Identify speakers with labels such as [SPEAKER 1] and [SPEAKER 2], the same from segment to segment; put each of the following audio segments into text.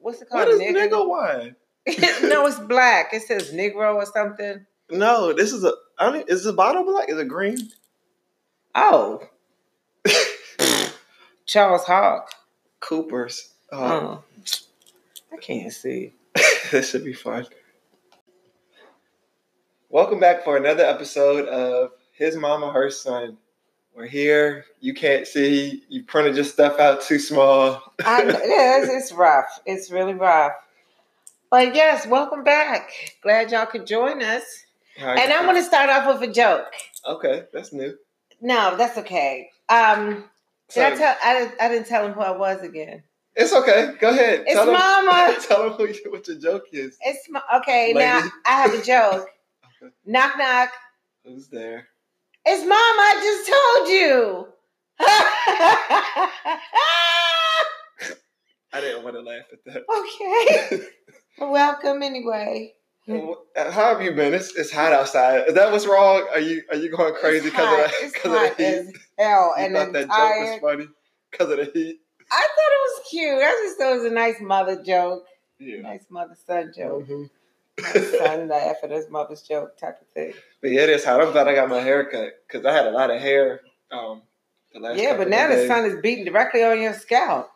[SPEAKER 1] what's it called?
[SPEAKER 2] What is
[SPEAKER 1] Nigga?
[SPEAKER 2] nigga wine?
[SPEAKER 1] no, it's black. It says Negro or something.
[SPEAKER 2] No, this is a. I don't, is the bottle black? Is it green?
[SPEAKER 1] Oh, Charles Hawk.
[SPEAKER 2] Cooper's. Uh,
[SPEAKER 1] Oh, I can't see.
[SPEAKER 2] this should be fun. Welcome back for another episode of His Mama, Her Son. We're here. You can't see. You printed your stuff out too small.
[SPEAKER 1] I, yeah, it's, it's rough. It's really rough. But yes, welcome back. Glad y'all could join us. And I'm going to start off with a joke.
[SPEAKER 2] Okay, that's new.
[SPEAKER 1] No, that's okay. Um, did I
[SPEAKER 2] So-
[SPEAKER 1] tell? I, didn't- I didn't tell him who I was again.
[SPEAKER 2] It's okay. Go ahead.
[SPEAKER 1] It's
[SPEAKER 2] them-
[SPEAKER 1] Mama.
[SPEAKER 2] tell them what your- what your joke is.
[SPEAKER 1] It's my, okay. Now
[SPEAKER 2] Lady.
[SPEAKER 1] I have a joke. knock knock.
[SPEAKER 2] Who's there?
[SPEAKER 1] It's mom. I just told you.
[SPEAKER 2] I didn't want to laugh at that.
[SPEAKER 1] okay. Welcome anyway.
[SPEAKER 2] uh, How have you been? It's, it's hot outside. Is that what's wrong? Are you are you going crazy
[SPEAKER 1] It's
[SPEAKER 2] because
[SPEAKER 1] hot.
[SPEAKER 2] of
[SPEAKER 1] It's
[SPEAKER 2] because of
[SPEAKER 1] hot
[SPEAKER 2] the heat?
[SPEAKER 1] as hell,
[SPEAKER 2] You
[SPEAKER 1] and
[SPEAKER 2] thought
[SPEAKER 1] I'm
[SPEAKER 2] that
[SPEAKER 1] tired.
[SPEAKER 2] joke was funny because of the heat.
[SPEAKER 1] I thought it was cute. I just thought it was a nice mother joke,
[SPEAKER 2] Yeah.
[SPEAKER 1] nice mother son joke,
[SPEAKER 2] Mhm.
[SPEAKER 1] nice son laugh at his mother's joke type of thing.
[SPEAKER 2] But yeah, it is hot. I'm glad I got my hair cut because I had a lot of hair. Um, the last
[SPEAKER 1] yeah, but
[SPEAKER 2] couple
[SPEAKER 1] now
[SPEAKER 2] of
[SPEAKER 1] the
[SPEAKER 2] days.
[SPEAKER 1] sun is beating directly on your scalp.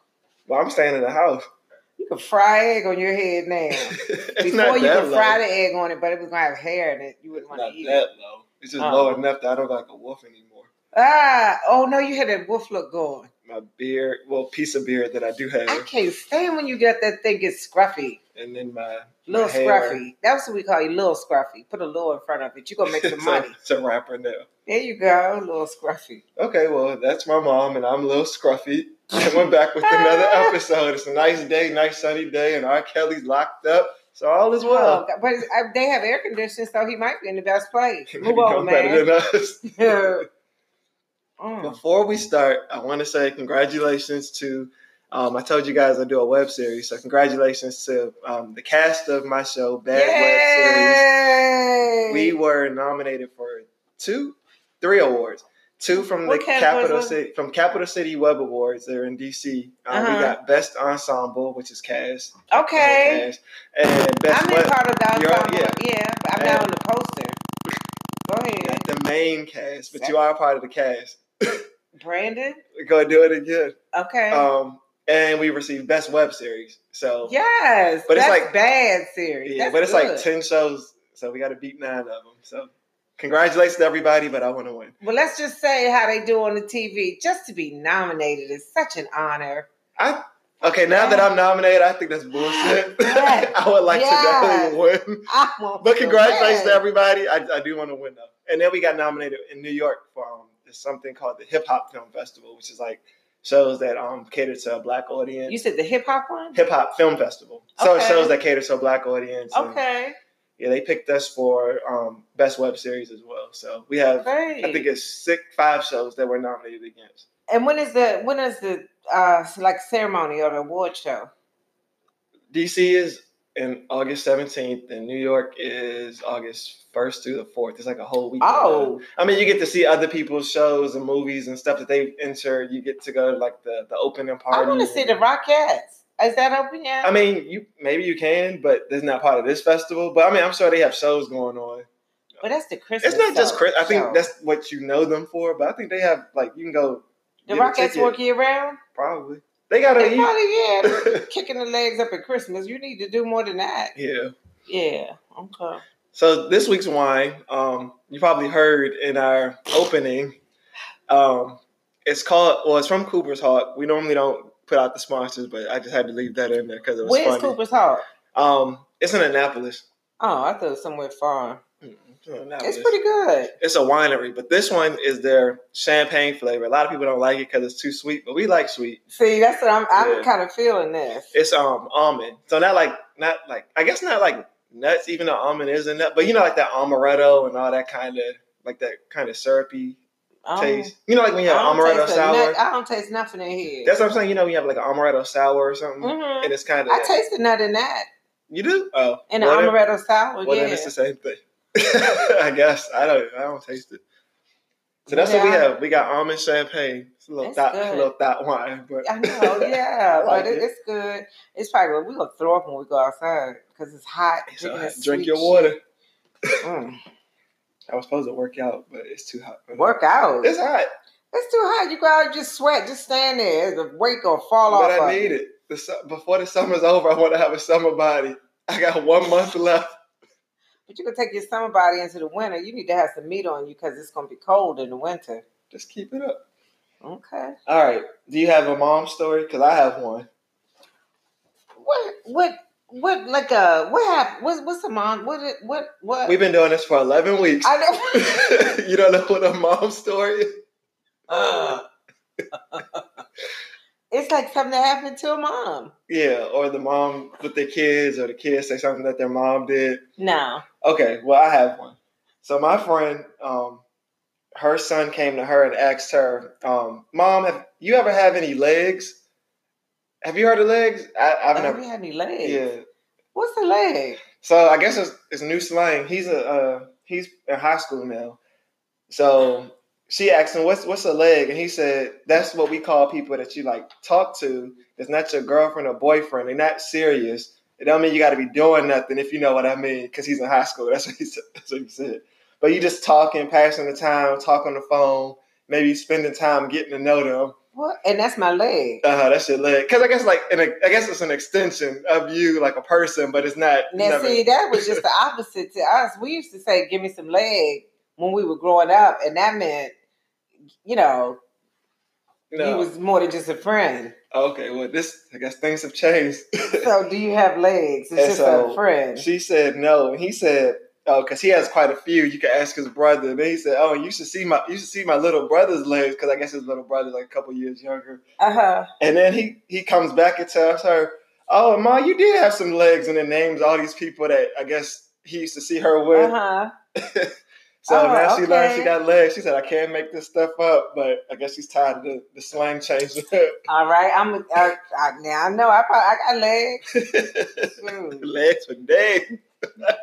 [SPEAKER 2] Well, I'm staying in the house.
[SPEAKER 1] You can fry egg on your head now.
[SPEAKER 2] it's
[SPEAKER 1] Before you could
[SPEAKER 2] low.
[SPEAKER 1] fry the egg on it, but it was gonna have hair in it. You
[SPEAKER 2] It's
[SPEAKER 1] wouldn't
[SPEAKER 2] not
[SPEAKER 1] want to eat
[SPEAKER 2] that
[SPEAKER 1] it.
[SPEAKER 2] low. It's just
[SPEAKER 1] Oh.
[SPEAKER 2] low enough that I don't look like a wolf anymore.
[SPEAKER 1] Ah, oh no, you had that wolf look going.
[SPEAKER 2] My beard, well, piece of beard that I do have,
[SPEAKER 1] I can't stand when you get that thing gets scruffy.
[SPEAKER 2] and then my my
[SPEAKER 1] Little
[SPEAKER 2] hair.
[SPEAKER 1] scruffy. That's what we call you, little scruffy. Put a little in front of it. You're gonna make some
[SPEAKER 2] It's a-
[SPEAKER 1] money.
[SPEAKER 2] It's a rapper now.
[SPEAKER 1] There you go, little scruffy.
[SPEAKER 2] Okay, well, that's my mom, and I'm a little scruffy. And we're back with another episode. It's a nice day, nice sunny day, and R. Kelly's locked up, so all is
[SPEAKER 1] Oh,
[SPEAKER 2] well.
[SPEAKER 1] God. but it's- I- they have air conditioning, so he might be in the best place.
[SPEAKER 2] He
[SPEAKER 1] Move
[SPEAKER 2] might be
[SPEAKER 1] over,
[SPEAKER 2] doing better
[SPEAKER 1] oh, man.
[SPEAKER 2] than us.
[SPEAKER 1] Mm.
[SPEAKER 2] Before we start, I want to say congratulations to. Um, I told you guys I do a web series, so congratulations to um, the cast of my show, Bad Web Series.
[SPEAKER 1] Yay!
[SPEAKER 2] we were nominated for two, three awards. Two from the
[SPEAKER 1] What categories
[SPEAKER 2] capital
[SPEAKER 1] was it?
[SPEAKER 2] city from Capital City Web Awards. They're in DC. Um, We
[SPEAKER 1] Uh-huh.
[SPEAKER 2] got Best Ensemble, which is Cass. the whole
[SPEAKER 1] okay.
[SPEAKER 2] Cass, and Best
[SPEAKER 1] I'm in
[SPEAKER 2] Web.
[SPEAKER 1] part of the
[SPEAKER 2] You're-
[SPEAKER 1] ensemble.
[SPEAKER 2] yeah.
[SPEAKER 1] Yeah. but I'm
[SPEAKER 2] And-
[SPEAKER 1] not on the poster. Go
[SPEAKER 2] you
[SPEAKER 1] ahead,
[SPEAKER 2] got the main cast, but you are part of the cast.
[SPEAKER 1] Brandon.
[SPEAKER 2] We're gonna do it again.
[SPEAKER 1] Okay.
[SPEAKER 2] Um, and we received Best Web Series. So
[SPEAKER 1] yes,
[SPEAKER 2] but it's
[SPEAKER 1] that's
[SPEAKER 2] like-
[SPEAKER 1] bad series.
[SPEAKER 2] yeah,
[SPEAKER 1] That's
[SPEAKER 2] but it's
[SPEAKER 1] good.
[SPEAKER 2] like ten shows, so we got to beat nine of them. So congratulations to everybody, but I want to win.
[SPEAKER 1] Well, let's just say how they do on the TV. Just to be nominated is such an honor.
[SPEAKER 2] I okay now that I'm nominated, I think that's bullshit.
[SPEAKER 1] Yes.
[SPEAKER 2] I would like
[SPEAKER 1] Yes.
[SPEAKER 2] to definitely win.
[SPEAKER 1] I want
[SPEAKER 2] But
[SPEAKER 1] to
[SPEAKER 2] congratulations
[SPEAKER 1] win.
[SPEAKER 2] to everybody. I, I do want to win though. And then we got nominated in New York for um, this something called the Hip Hop Film Festival, which is like shows that um cater to a black
[SPEAKER 1] You
[SPEAKER 2] audience.
[SPEAKER 1] said the hip hop one.
[SPEAKER 2] Hip Hop Film Festival. So it
[SPEAKER 1] Okay.
[SPEAKER 2] shows that cater to a black audience. and,
[SPEAKER 1] Okay,
[SPEAKER 2] yeah, they picked us for um best web series as well. So we have
[SPEAKER 1] great.
[SPEAKER 2] I think it's six five shows that we're nominated against.
[SPEAKER 1] And when is the when is the uh like ceremony or the award show?
[SPEAKER 2] DC is in August 17th, and New York is August 1st through the 4th. It's like a whole week.
[SPEAKER 1] Oh,
[SPEAKER 2] I mean, you get to see other people's shows and movies and stuff that they've entered. You get to go to like the, the opening
[SPEAKER 1] I
[SPEAKER 2] party.
[SPEAKER 1] want to see the Rockettes. Is that open yet?
[SPEAKER 2] I mean, you maybe you can, but that's not part of this festival. But I mean, I'm sure they have shows going on.
[SPEAKER 1] but that's the Christmas.
[SPEAKER 2] It's not just
[SPEAKER 1] show-
[SPEAKER 2] Chris. I think
[SPEAKER 1] show.
[SPEAKER 2] that's what you know them for. But I think they have like you can go
[SPEAKER 1] the
[SPEAKER 2] get a
[SPEAKER 1] Rockettes
[SPEAKER 2] ticket,
[SPEAKER 1] work year round.
[SPEAKER 2] probably. They got
[SPEAKER 1] They
[SPEAKER 2] to
[SPEAKER 1] Probably yeah.
[SPEAKER 2] eat.
[SPEAKER 1] Kicking the legs up at Christmas. You need to do more than that.
[SPEAKER 2] yeah.
[SPEAKER 1] Yeah. Okay.
[SPEAKER 2] So this week's wine, um, you probably heard in our opening, um, it's called. Well, it's from Cooper's Hawk. We normally don't put out the sponsors, but I just had to leave that in there because it was
[SPEAKER 1] Where's
[SPEAKER 2] funny.
[SPEAKER 1] Cooper's Hall?
[SPEAKER 2] Um, it's in Annapolis.
[SPEAKER 1] Oh, I thought it was somewhere far.
[SPEAKER 2] Mm, It's, in Annapolis.
[SPEAKER 1] It's pretty good.
[SPEAKER 2] It's a winery, but this one is their champagne flavor. A lot of people don't like it because it's too sweet, but we like sweet.
[SPEAKER 1] See, that's what I'm. I'm
[SPEAKER 2] Yeah.
[SPEAKER 1] kind of feeling this.
[SPEAKER 2] It's um almond, so not like not like I guess not like nuts, even though almond is a nut, but you know like that amaretto and all that kind of like that kind of syrupy
[SPEAKER 1] I don't-
[SPEAKER 2] taste. You know, like when you have
[SPEAKER 1] I don't
[SPEAKER 2] amaretto
[SPEAKER 1] taste a nut-
[SPEAKER 2] sour.
[SPEAKER 1] I don't taste nothing in here.
[SPEAKER 2] That's what I'm saying. You know, when you have like an amaretto sour or something,
[SPEAKER 1] Mhm.
[SPEAKER 2] and it's kind of
[SPEAKER 1] I taste a nut in that.
[SPEAKER 2] you do. Oh,
[SPEAKER 1] And an
[SPEAKER 2] well, then-
[SPEAKER 1] amaretto sour,
[SPEAKER 2] Well,
[SPEAKER 1] yeah.
[SPEAKER 2] then it's the same thing. I guess I don't. I don't taste it. So that's what we
[SPEAKER 1] Yeah.
[SPEAKER 2] have. We got almond champagne. It's a little
[SPEAKER 1] That's
[SPEAKER 2] dot,
[SPEAKER 1] good.
[SPEAKER 2] little dot wine, but
[SPEAKER 1] I know, yeah,
[SPEAKER 2] I like
[SPEAKER 1] but it,
[SPEAKER 2] it.
[SPEAKER 1] it's good. It's probably we're gonna throw up when we go outside because it's hot.
[SPEAKER 2] It's
[SPEAKER 1] drinking
[SPEAKER 2] all right.
[SPEAKER 1] this
[SPEAKER 2] drink
[SPEAKER 1] sweet
[SPEAKER 2] your
[SPEAKER 1] shit.
[SPEAKER 2] water.
[SPEAKER 1] Mm.
[SPEAKER 2] I was supposed to work out, but it's too hot.
[SPEAKER 1] Work out.
[SPEAKER 2] It's hot,
[SPEAKER 1] It's too hot. You go out, you just sweat, just stand there. The weight gonna fall
[SPEAKER 2] but
[SPEAKER 1] off.
[SPEAKER 2] I
[SPEAKER 1] of
[SPEAKER 2] need
[SPEAKER 1] you.
[SPEAKER 2] it. The, su- before the summer's over, I want to have a summer body. I got one month left.
[SPEAKER 1] But you can take your summer body into the winter. You need to have some meat on you because it's gonna be cold in the winter.
[SPEAKER 2] Just keep it up.
[SPEAKER 1] Okay.
[SPEAKER 2] All right. Do you have a mom story? Because I have one.
[SPEAKER 1] What? What? What? Like a what happened? What's what's a mom? What? it- What? What?
[SPEAKER 2] We've been doing this for 11 weeks.
[SPEAKER 1] I know.
[SPEAKER 2] you don't know what a mom story is?
[SPEAKER 1] it's like something that happened to a mom.
[SPEAKER 2] Yeah, or the mom with their kids, or the kids say something that their mom did.
[SPEAKER 1] No.
[SPEAKER 2] Okay, well, I have one. So my friend, um, her son came to her and asked her, um, "Mom, have you ever have any legs? Have you heard of legs? I, I've
[SPEAKER 1] I've
[SPEAKER 2] never.
[SPEAKER 1] had any legs.
[SPEAKER 2] Yeah.
[SPEAKER 1] What's a leg?
[SPEAKER 2] So I guess it's, it's new slang. He's a uh, he's in high school now. So she asked him, "What's what's a leg?" And he said, "That's what we call people that you like talk to. That's not your girlfriend or boyfriend. They're not serious. It don't mean you got to be doing nothing if you know what I mean. Because he's in high school. That's what he said. That's what he said. But you just talking, passing the time, talk on the phone, maybe spending time getting to know them.
[SPEAKER 1] What? And that's my leg.
[SPEAKER 2] Uh, that's your leg. Because I guess like an, I guess it's an extension of you like a person, but it's not.
[SPEAKER 1] Now,
[SPEAKER 2] never-
[SPEAKER 1] see, that was just the opposite to us. We used to say, "Give me some leg" when we were growing up, and that meant, you know, you
[SPEAKER 2] no.
[SPEAKER 1] was more than just a friend.
[SPEAKER 2] Okay, well, this I guess things have changed.
[SPEAKER 1] So, do you have legs? It's
[SPEAKER 2] And
[SPEAKER 1] just a
[SPEAKER 2] so,
[SPEAKER 1] friend.
[SPEAKER 2] she said no, and he said oh, because he has quite a few. You can ask his brother. And then he said, oh, you should see my you should see my little brother's legs because I guess his little brother's like a couple years younger.
[SPEAKER 1] Uh huh.
[SPEAKER 2] And then he he comes back and tells her, oh, ma, you did have some legs, and then names all these people that I guess he used to see her
[SPEAKER 1] Uh
[SPEAKER 2] with.
[SPEAKER 1] huh.
[SPEAKER 2] So
[SPEAKER 1] Oh,
[SPEAKER 2] now she learned she
[SPEAKER 1] okay.
[SPEAKER 2] got legs. She said, I can't make this stuff up, but I guess she's tired of the, the slang changing.
[SPEAKER 1] All right. I'm. I, I, now I know. I probably I got legs. Shoot.
[SPEAKER 2] legs for days.
[SPEAKER 1] Mm,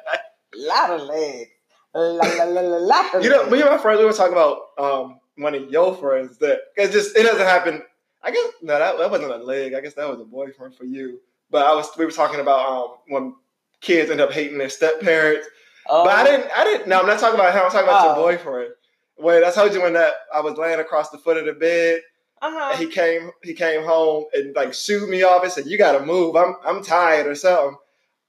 [SPEAKER 1] lot of legs. La, la, la, la, lot of
[SPEAKER 2] You know,
[SPEAKER 1] legs.
[SPEAKER 2] me and my friends, we were talking about um, one of your friends that because just it doesn't happen. I guess no, that, that wasn't a leg. I guess that was a boyfriend for you. But I was we were talking about um, when kids end up hating their step parents.
[SPEAKER 1] Oh,
[SPEAKER 2] But I didn't. I didn't. No, I'm not talking about him. I'm talking about
[SPEAKER 1] Oh.
[SPEAKER 2] your boyfriend. When I told you when that I was laying across the foot of the bed,
[SPEAKER 1] Uh
[SPEAKER 2] and
[SPEAKER 1] huh.
[SPEAKER 2] he came he came home and like shooed me off and said, "You got to move. I'm I'm tired or something."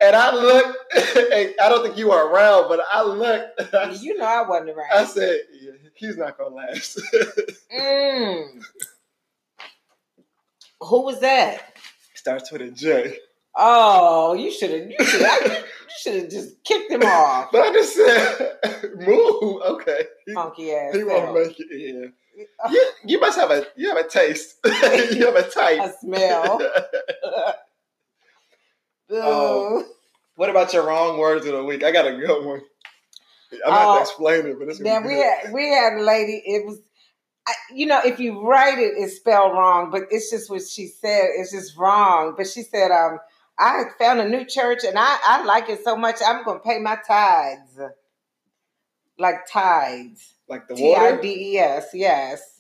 [SPEAKER 2] And I looked. and I don't think you were around, but I looked. and I
[SPEAKER 1] You know I wasn't around.
[SPEAKER 2] I said, yeah, he's not gonna last.
[SPEAKER 1] Mm. Who was that?
[SPEAKER 2] Starts with a J.
[SPEAKER 1] Oh, you should have. You should have. you should have just kicked him off.
[SPEAKER 2] But I just said, move. Okay, he,
[SPEAKER 1] Funky ass.
[SPEAKER 2] he won't
[SPEAKER 1] self.
[SPEAKER 2] make it. Yeah, you, you must have a you have a taste. you have a
[SPEAKER 1] I
[SPEAKER 2] type.
[SPEAKER 1] smell. Boo.
[SPEAKER 2] Oh, what about your wrong words of the week? I got a good one. I'm not
[SPEAKER 1] Oh,
[SPEAKER 2] gonna explain it, but it's gonna
[SPEAKER 1] now
[SPEAKER 2] be
[SPEAKER 1] we
[SPEAKER 2] good.
[SPEAKER 1] had we had a lady. It was, I, you know, if you write it, it's spelled wrong. But it's just what she said. It's just wrong. But she said, um, I found a new church and I I like it so much. I'm gonna pay my tithes, like tithes.
[SPEAKER 2] like the
[SPEAKER 1] T I
[SPEAKER 2] water.
[SPEAKER 1] D E S, yes.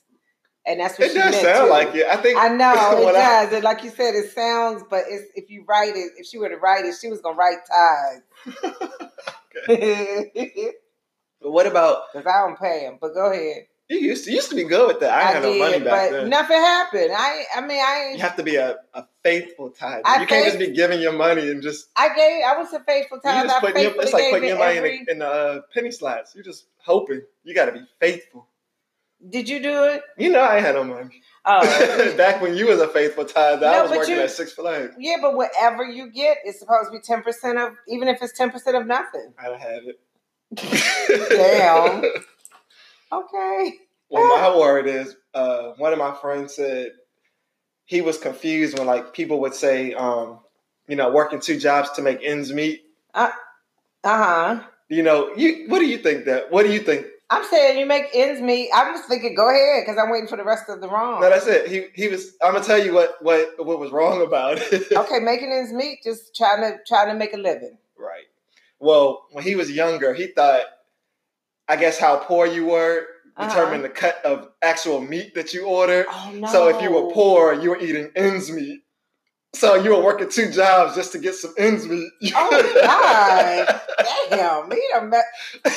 [SPEAKER 1] And that's what
[SPEAKER 2] It
[SPEAKER 1] she
[SPEAKER 2] does
[SPEAKER 1] meant
[SPEAKER 2] sound
[SPEAKER 1] too.
[SPEAKER 2] like it. I think
[SPEAKER 1] I know it
[SPEAKER 2] when I-
[SPEAKER 1] does. And like you said, it sounds, but it's if you write it, if she were to write it, she was gonna write tithes. Because
[SPEAKER 2] But what about
[SPEAKER 1] I don't pay him. But go ahead.
[SPEAKER 2] you used to used to be good with that? I, had no money back
[SPEAKER 1] but
[SPEAKER 2] then.
[SPEAKER 1] nothing happened. I I mean I
[SPEAKER 2] You
[SPEAKER 1] ain't-
[SPEAKER 2] have to be a, a faithful tithe.
[SPEAKER 1] I
[SPEAKER 2] You can't just be giving your money and just
[SPEAKER 1] I gave I was a faithful
[SPEAKER 2] You
[SPEAKER 1] tithe.
[SPEAKER 2] just
[SPEAKER 1] I
[SPEAKER 2] putting your,
[SPEAKER 1] faithfully
[SPEAKER 2] it's like
[SPEAKER 1] gave
[SPEAKER 2] putting
[SPEAKER 1] it
[SPEAKER 2] your money
[SPEAKER 1] every.
[SPEAKER 2] in the, in the uh, penny slots. You're just hoping. You got to be faithful.
[SPEAKER 1] Did you do it?
[SPEAKER 2] You know, I ain't had no money
[SPEAKER 1] Oh,
[SPEAKER 2] back when you was a faithful tithe.
[SPEAKER 1] No,
[SPEAKER 2] I was
[SPEAKER 1] but
[SPEAKER 2] working
[SPEAKER 1] you-
[SPEAKER 2] at Six Flags.
[SPEAKER 1] yeah, but whatever you get is supposed to be ten percent of, even if it's ten percent of nothing.
[SPEAKER 2] I don't have it.
[SPEAKER 1] Damn. Okay.
[SPEAKER 2] well, my word is, uh, one of my friends said he was confused when like people would say, um, you know, working two jobs to make ends meet.
[SPEAKER 1] Uh huh.
[SPEAKER 2] You know, you what do you think that? What do you think?
[SPEAKER 1] I'm saying you make ends meet. I'm just thinking, go ahead, because I'm waiting for the rest of the wrong.
[SPEAKER 2] No, that's it. He he was. I'm gonna tell you what what what was wrong about it.
[SPEAKER 1] okay, making ends meet, just trying to trying to make a living.
[SPEAKER 2] Right. Well, when he was younger, he thought, I guess how poor you were determine the
[SPEAKER 1] Uh-huh.
[SPEAKER 2] cut of actual meat that you ordered.
[SPEAKER 1] Oh no!
[SPEAKER 2] So if you were poor, you were eating ends meat. So you were working two jobs just to get some ends meat.
[SPEAKER 1] Oh God! Damn, me a me-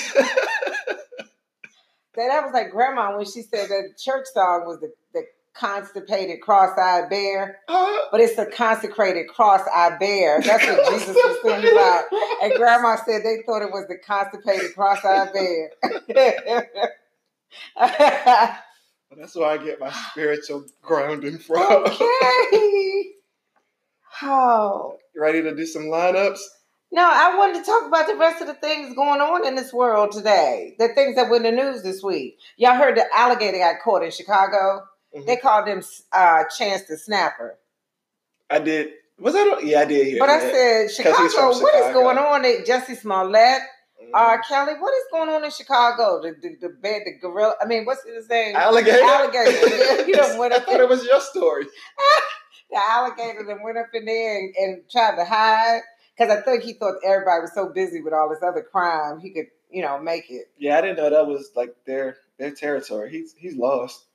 [SPEAKER 1] that I was like grandma when she said that church song was the, the constipated cross-eyed bear,
[SPEAKER 2] Uh,
[SPEAKER 1] but it's the consecrated cross-eyed bear. That's what Jesus was singing about. And grandma said they thought it was the constipated cross-eyed bear.
[SPEAKER 2] That's where I get my spiritual grounding from.
[SPEAKER 1] okay. Oh.
[SPEAKER 2] Ready to do some lineups?
[SPEAKER 1] No, I wanted to talk about the rest of the things going on in this world today. The things that were in the news this week. Y'all heard the alligator got caught in Chicago.
[SPEAKER 2] Mhm.
[SPEAKER 1] They called him uh, Chance the Snapper.
[SPEAKER 2] I did. Was that? on- Yeah, I did hear.
[SPEAKER 1] but I
[SPEAKER 2] that.
[SPEAKER 1] said, Chicago,
[SPEAKER 2] he's from
[SPEAKER 1] what is
[SPEAKER 2] Chicago.
[SPEAKER 1] going on? At Jesse Smollett,
[SPEAKER 2] Mhm.
[SPEAKER 1] R. Kelly, what is going on in Chicago? The, the, the bed, the gorilla. I mean, what's his name?
[SPEAKER 2] alligator.
[SPEAKER 1] alligator. You done went
[SPEAKER 2] I
[SPEAKER 1] up
[SPEAKER 2] thought it was your story.
[SPEAKER 1] the alligator that went up in there and, and tried to hide because I think he thought everybody was so busy with all this other crime he could, you know, make it.
[SPEAKER 2] Yeah, I didn't know that was like their their territory. He's he's lost.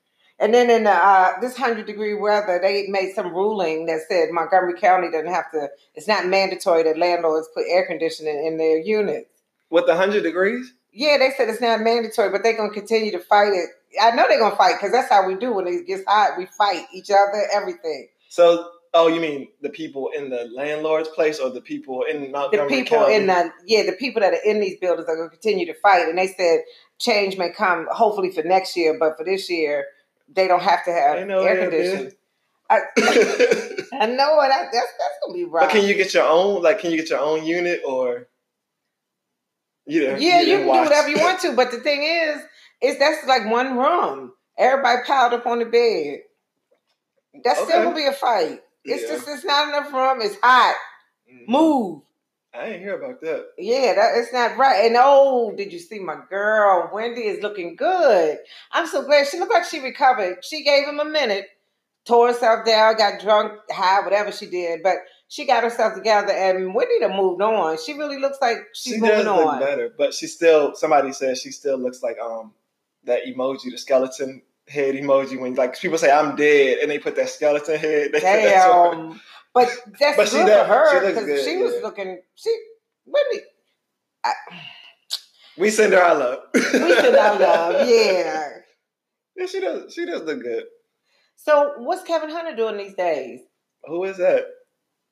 [SPEAKER 1] And then in the, uh, this hundred degree weather, they made some ruling that said Montgomery County doesn't have to. It's not mandatory that landlords put air conditioning in their units.
[SPEAKER 2] With the hundred degrees.
[SPEAKER 1] Yeah, they said it's not mandatory, but they're gonna continue to fight it. I know they're gonna fight because that's how we do when it gets hot. We fight each other, everything.
[SPEAKER 2] So, oh, you mean the people in the landlord's place or the people in
[SPEAKER 1] the
[SPEAKER 2] Montgomery
[SPEAKER 1] people
[SPEAKER 2] County?
[SPEAKER 1] in the yeah the people that are in these buildings are going to continue to fight and they said change may come hopefully for next year but for this year they don't have to have
[SPEAKER 2] Ain't no
[SPEAKER 1] air
[SPEAKER 2] damn
[SPEAKER 1] conditioning I,
[SPEAKER 2] but
[SPEAKER 1] I know it I, that's that's gonna be right
[SPEAKER 2] can you get your own? Like, can you get your own unit or? You done-
[SPEAKER 1] yeah
[SPEAKER 2] done
[SPEAKER 1] you can do
[SPEAKER 2] watched.
[SPEAKER 1] whatever you want to but the thing is is that's like one room everybody piled up on the bed that's still
[SPEAKER 2] Okay.
[SPEAKER 1] gonna be a fight it's
[SPEAKER 2] Yeah. Mm-hmm.
[SPEAKER 1] just it's not enough room it's hot move
[SPEAKER 2] I didn't hear about that.
[SPEAKER 1] Yeah, that, it's not right. And oh, did you see my girl? Wendy is looking good. I'm so glad she looked like she recovered. She gave him a minute, tore herself down, got drunk, high, whatever she did, but she got herself together. And Wendy done moved on. She really looks like she's
[SPEAKER 2] she
[SPEAKER 1] moving
[SPEAKER 2] does look
[SPEAKER 1] on.
[SPEAKER 2] better, but she still. Somebody says she still looks like um that emoji, the skeleton head emoji. When like people say I'm dead, and they put that skeleton head. They say that's what-
[SPEAKER 1] Damn, but that's
[SPEAKER 2] But she
[SPEAKER 1] good
[SPEAKER 2] does-
[SPEAKER 1] for her
[SPEAKER 2] she looks
[SPEAKER 1] 'cause
[SPEAKER 2] good,
[SPEAKER 1] she was
[SPEAKER 2] yeah.
[SPEAKER 1] looking. She Wendy,
[SPEAKER 2] we send her our love.
[SPEAKER 1] we should not love. Yeah.
[SPEAKER 2] Yeah, she does. She does look good.
[SPEAKER 1] So what's Kevin Hunter doing these days?
[SPEAKER 2] Who is that?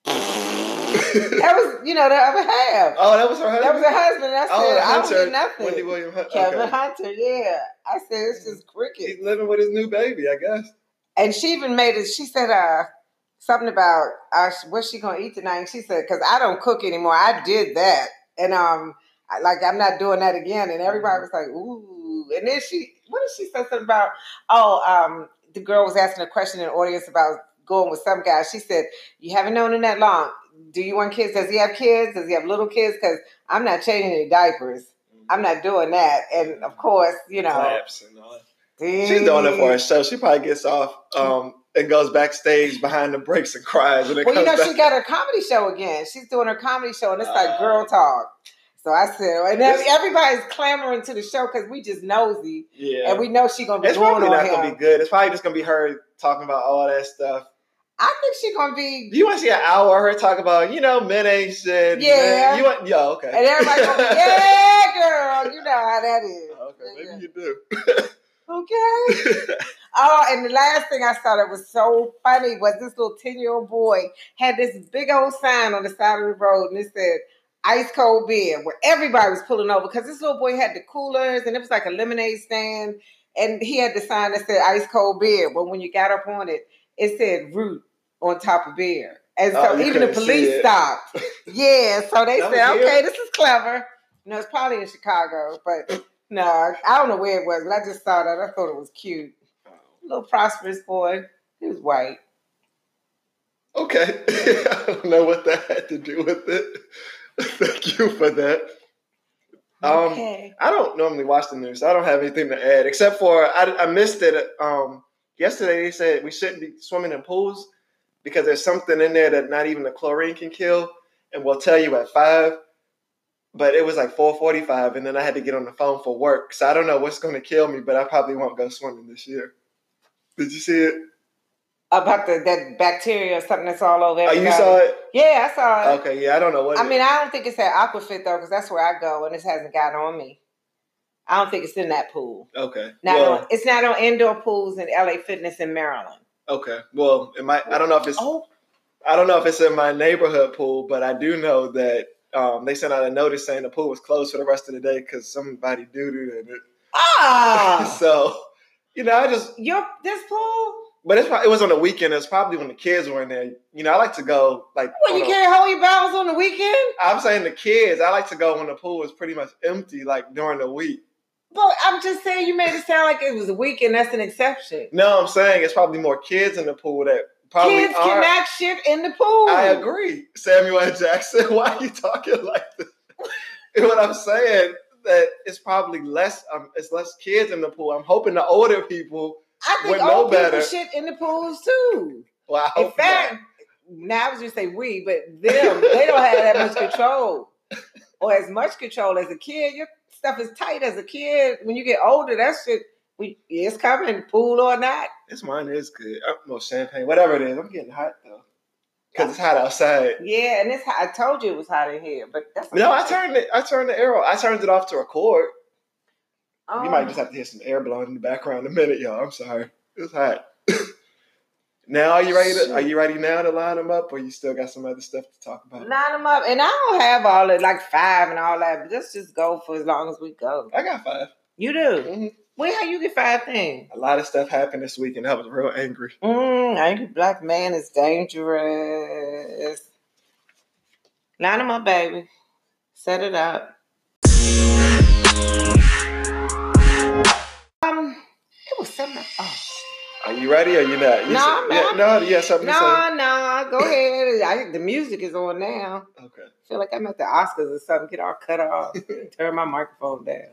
[SPEAKER 1] That was, you know, the other half.
[SPEAKER 2] oh, that was her husband.
[SPEAKER 1] That was her husband. I said,
[SPEAKER 2] oh,
[SPEAKER 1] I don't
[SPEAKER 2] Hunter,
[SPEAKER 1] do nothing.
[SPEAKER 2] Wendy Williams. Hunter.
[SPEAKER 1] Kevin
[SPEAKER 2] Okay.
[SPEAKER 1] Hunter, yeah. I said, it's just cricket.
[SPEAKER 2] He's living with his new baby, I guess.
[SPEAKER 1] And she even made it, she said uh, something about uh, what's she going to eat tonight. And she said, because I don't cook anymore. I did that. And um, I, like, I'm not doing that again. And everybody was like, ooh. And then she, what did she say something about? Oh, um, the girl was asking a question in the audience about going with some guy. She said, you haven't known him that long. Do you want kids? Does he have kids? Does he have little kids? Because I'm not changing any diapers. I'm not doing that. And of course, you know,
[SPEAKER 2] Claps and all. She's doing it for a show. She probably gets off um, and goes backstage behind the breaks and cries when it
[SPEAKER 1] Well, you
[SPEAKER 2] comes
[SPEAKER 1] know,
[SPEAKER 2] back.
[SPEAKER 1] she got her comedy show again. She's doing her comedy show, and it's like
[SPEAKER 2] Oh.
[SPEAKER 1] girl talk. So I said, and then
[SPEAKER 2] This-
[SPEAKER 1] everybody's clamoring to the show because we just nosy,
[SPEAKER 2] yeah,
[SPEAKER 1] and we know she's gonna be
[SPEAKER 2] it's
[SPEAKER 1] going
[SPEAKER 2] probably not
[SPEAKER 1] on
[SPEAKER 2] gonna
[SPEAKER 1] him.
[SPEAKER 2] be good. It's probably just gonna be her talking about all that stuff.
[SPEAKER 1] I think she's gonna be,
[SPEAKER 2] Do you want to see an hour of her talk about you know men ain't shit?
[SPEAKER 1] Yeah.
[SPEAKER 2] men- you want yo okay?
[SPEAKER 1] and everybody's gonna be, yeah, girl. You know how that is.
[SPEAKER 2] okay,
[SPEAKER 1] Yeah.
[SPEAKER 2] maybe you do.
[SPEAKER 1] Okay. Oh, and the last thing I saw that was so funny was this little 10 year old boy had this big old sign on the side of the road and it said ice cold beer, where everybody was pulling over because this little boy had the coolers and it was like a lemonade stand. And he had the sign that said ice cold beer. But when you got up on it, it said root on top of beer. And so
[SPEAKER 2] Oh, you
[SPEAKER 1] even the
[SPEAKER 2] couldn't see
[SPEAKER 1] police
[SPEAKER 2] it.
[SPEAKER 1] stopped. Yeah, so they
[SPEAKER 2] That was
[SPEAKER 1] said,
[SPEAKER 2] here?
[SPEAKER 1] okay, this is clever. No, it's probably in Chicago, but no, I don't know where it was, but I just saw that. I thought it was cute
[SPEAKER 2] Oh.
[SPEAKER 1] little prosperous boy. He was white.
[SPEAKER 2] Okay, I don't know what that had to do with it. Thank you for that. Um,
[SPEAKER 1] okay.
[SPEAKER 2] I don't normally watch the news. so I don't have anything to add except for I, I missed it. Um, yesterday they said we shouldn't be swimming in pools because there's something in there that not even the chlorine can kill, and we'll tell you at five. but it was like 4:45, and then I had to get on the phone for work. So I don't know what's going to kill me, but I probably won't go swimming this year. Did you see it?
[SPEAKER 1] About the that bacteria or something that's all over.
[SPEAKER 2] Oh, you
[SPEAKER 1] everybody.
[SPEAKER 2] saw it?
[SPEAKER 1] Yeah, I saw it.
[SPEAKER 2] Okay, yeah, I don't know what.
[SPEAKER 1] Uh, I
[SPEAKER 2] it-
[SPEAKER 1] mean, I don't think it's at Aquafit though, because that's where I go, and this hasn't got on me. I don't think it's in that pool.
[SPEAKER 2] okay,
[SPEAKER 1] Not
[SPEAKER 2] well,
[SPEAKER 1] on, it's not on indoor pools in LA Fitness in Maryland.
[SPEAKER 2] okay, well, it might. I don't know if it's.
[SPEAKER 1] Oh,
[SPEAKER 2] I don't know if it's in my neighborhood pool, but I do know that um, they sent out a notice saying the pool was closed for the rest of the day because somebody doo dooed in it.
[SPEAKER 1] ah,
[SPEAKER 2] so, you know, I just
[SPEAKER 1] your this pool.
[SPEAKER 2] but it's probably, it was on the weekend. It's probably when the kids were in there. You know, I like to go like.
[SPEAKER 1] Well, you
[SPEAKER 2] on a-
[SPEAKER 1] can't hold your bowels on the weekend.
[SPEAKER 2] I'm saying the kids. I like to go when the pool is pretty much empty, like during the week.
[SPEAKER 1] Well, I'm just saying you made it sound like it was a weekend. That's an exception.
[SPEAKER 2] No, I'm saying it's probably more kids in the pool that probably
[SPEAKER 1] Kids
[SPEAKER 2] are.
[SPEAKER 1] cannot shit in the pool.
[SPEAKER 2] I agree, Samuel L. Jackson. Why are you talking like this? And what I'm saying that it's probably less. Um, it's less kids in the pool. I'm hoping the older people.
[SPEAKER 1] I think
[SPEAKER 2] Would know
[SPEAKER 1] old people
[SPEAKER 2] better.
[SPEAKER 1] shit in the pools too.
[SPEAKER 2] Well, I
[SPEAKER 1] In
[SPEAKER 2] hope
[SPEAKER 1] fact,
[SPEAKER 2] not.
[SPEAKER 1] now I was just say we, but them they don't have that much control or as much control as a kid. Your stuff is tight as a kid. When you get older, that shit we it's coming, pool or not.
[SPEAKER 2] this wine is good. Uh, No champagne, whatever it is. I'm getting hot though, because it's hot outside.
[SPEAKER 1] Yeah, and it's hot- I told you it was hot in here, but that's
[SPEAKER 2] No, I turned it. I turned the arrow. I turned it off to record.
[SPEAKER 1] Oh,
[SPEAKER 2] You might just have to hear some air blowing in the background in a minute, y'all. I'm sorry. It's hot. now, are you ready? To, are you ready now to line them up, or you still got some other stuff to talk about?
[SPEAKER 1] line them up, and I don't have all that like five and all that. But let's just go for as long as we go.
[SPEAKER 2] I got 5
[SPEAKER 1] You do.
[SPEAKER 2] Mhm.
[SPEAKER 1] Wait, how you get five things?
[SPEAKER 2] A lot of stuff happened this week, and I was real angry.
[SPEAKER 1] Mm, angry black man is dangerous. Line them up, baby. Set it up. Um, it was something. Oh.
[SPEAKER 2] Are you ready? Or you not? You
[SPEAKER 1] No,
[SPEAKER 2] said-
[SPEAKER 1] I'm
[SPEAKER 2] yeah,
[SPEAKER 1] not.
[SPEAKER 2] no, yeah, something
[SPEAKER 1] No, no, go ahead. I, the music is on now.
[SPEAKER 2] to say. Okay.
[SPEAKER 1] I feel like I'm at the Oscars or something. Get all cut off. Turn my microphone down.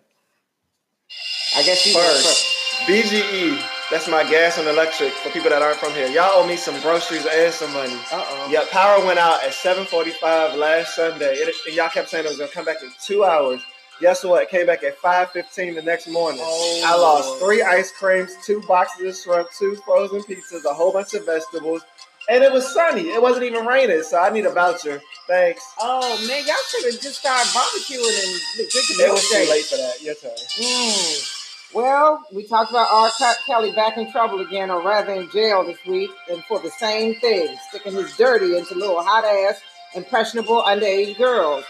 [SPEAKER 1] I guess you
[SPEAKER 2] First, BGE. E, That's my gas and electric for people that aren't from here. Y'all owe me some groceries and some money.
[SPEAKER 1] Uh oh.
[SPEAKER 2] Yeah, power went out at 7:45 last Sunday. It, and y'all kept saying it was gonna come back in two hours. Guess what? It came back at 5:15 the next morning.
[SPEAKER 1] Oh,
[SPEAKER 2] I lost
[SPEAKER 1] Lord.
[SPEAKER 2] three ice creams, two boxes of shrimp, two frozen pizzas, a whole bunch of vegetables, and it was sunny. It wasn't even raining, so I need a voucher. Thanks.
[SPEAKER 1] Oh man, y'all should have just started barbecuing and drinking
[SPEAKER 2] It was too
[SPEAKER 1] milkshake.
[SPEAKER 2] late for that. Your turn.
[SPEAKER 1] Mm. Well, we talked about R. Ke- Kelly back in trouble again, or rather in jail this week, and for the same thing, sticking his dirty into little hot ass, impressionable underage girls.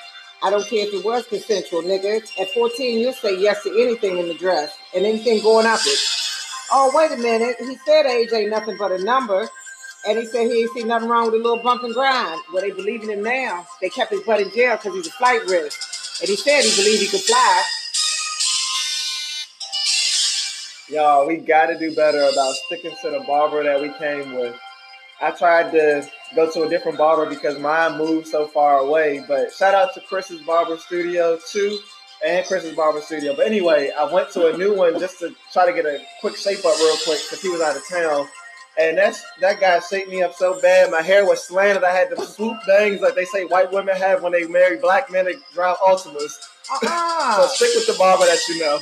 [SPEAKER 1] I don't care if it was consensual, nigga. At 14, you'll say yes to anything in the dress and anything going up it. Oh, wait a minute. He said age ain't nothing but a number. And he said he ain't seen nothing wrong with a little bump and grind. Well, they believe in him now. They kept his butt in jail because he's a flight risk. And he said he believed he could fly.
[SPEAKER 2] Y'all, we gotta do better about sticking to the barber that we came with. I tried to go to a different barber because mine moved so far away. But shout out to Chris's Barber Studio too, and Chris's Barber Studio. But anyway, I went to a new one just to try to get a quick shape up real quick because he was out of town. And that's that guy shaped me up so bad. My hair was slanted. I had the swoop bangs like they say white women have when they marry black men. They drive Ultimas. So
[SPEAKER 1] Uh-uh.
[SPEAKER 2] stick with the barber that you know.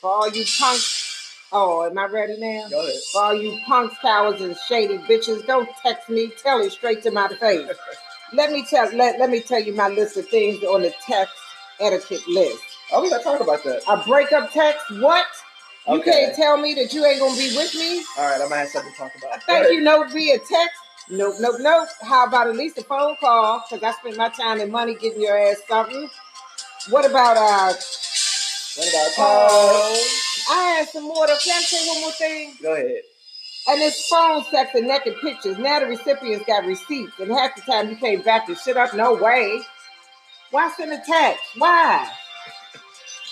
[SPEAKER 1] For all you punks. Oh, am I ready now?
[SPEAKER 2] Go ahead.
[SPEAKER 1] For all you punks, cowards, and shady bitches, don't text me. Tell it straight to my face. let me tell let, let me tell you my list of things on the text etiquette list.
[SPEAKER 2] Oh, we gotta talk about that.
[SPEAKER 1] A breakup text? What? You
[SPEAKER 2] Okay.
[SPEAKER 1] can't tell me that you ain't gonna be with me?
[SPEAKER 2] All right, I might have something to talk about.
[SPEAKER 1] Thank you, no via text. Nope, nope, nope. How about at least a phone call? Because I spent my time and money getting your ass something. What about uh
[SPEAKER 2] What about Paul?
[SPEAKER 1] Oh. I had some more to can I say one more thing?
[SPEAKER 2] Go ahead.
[SPEAKER 1] And it's phone sex and naked pictures. Now the recipients got receipts, and half the time you can't back this shit up. No way. Why send a text? Why?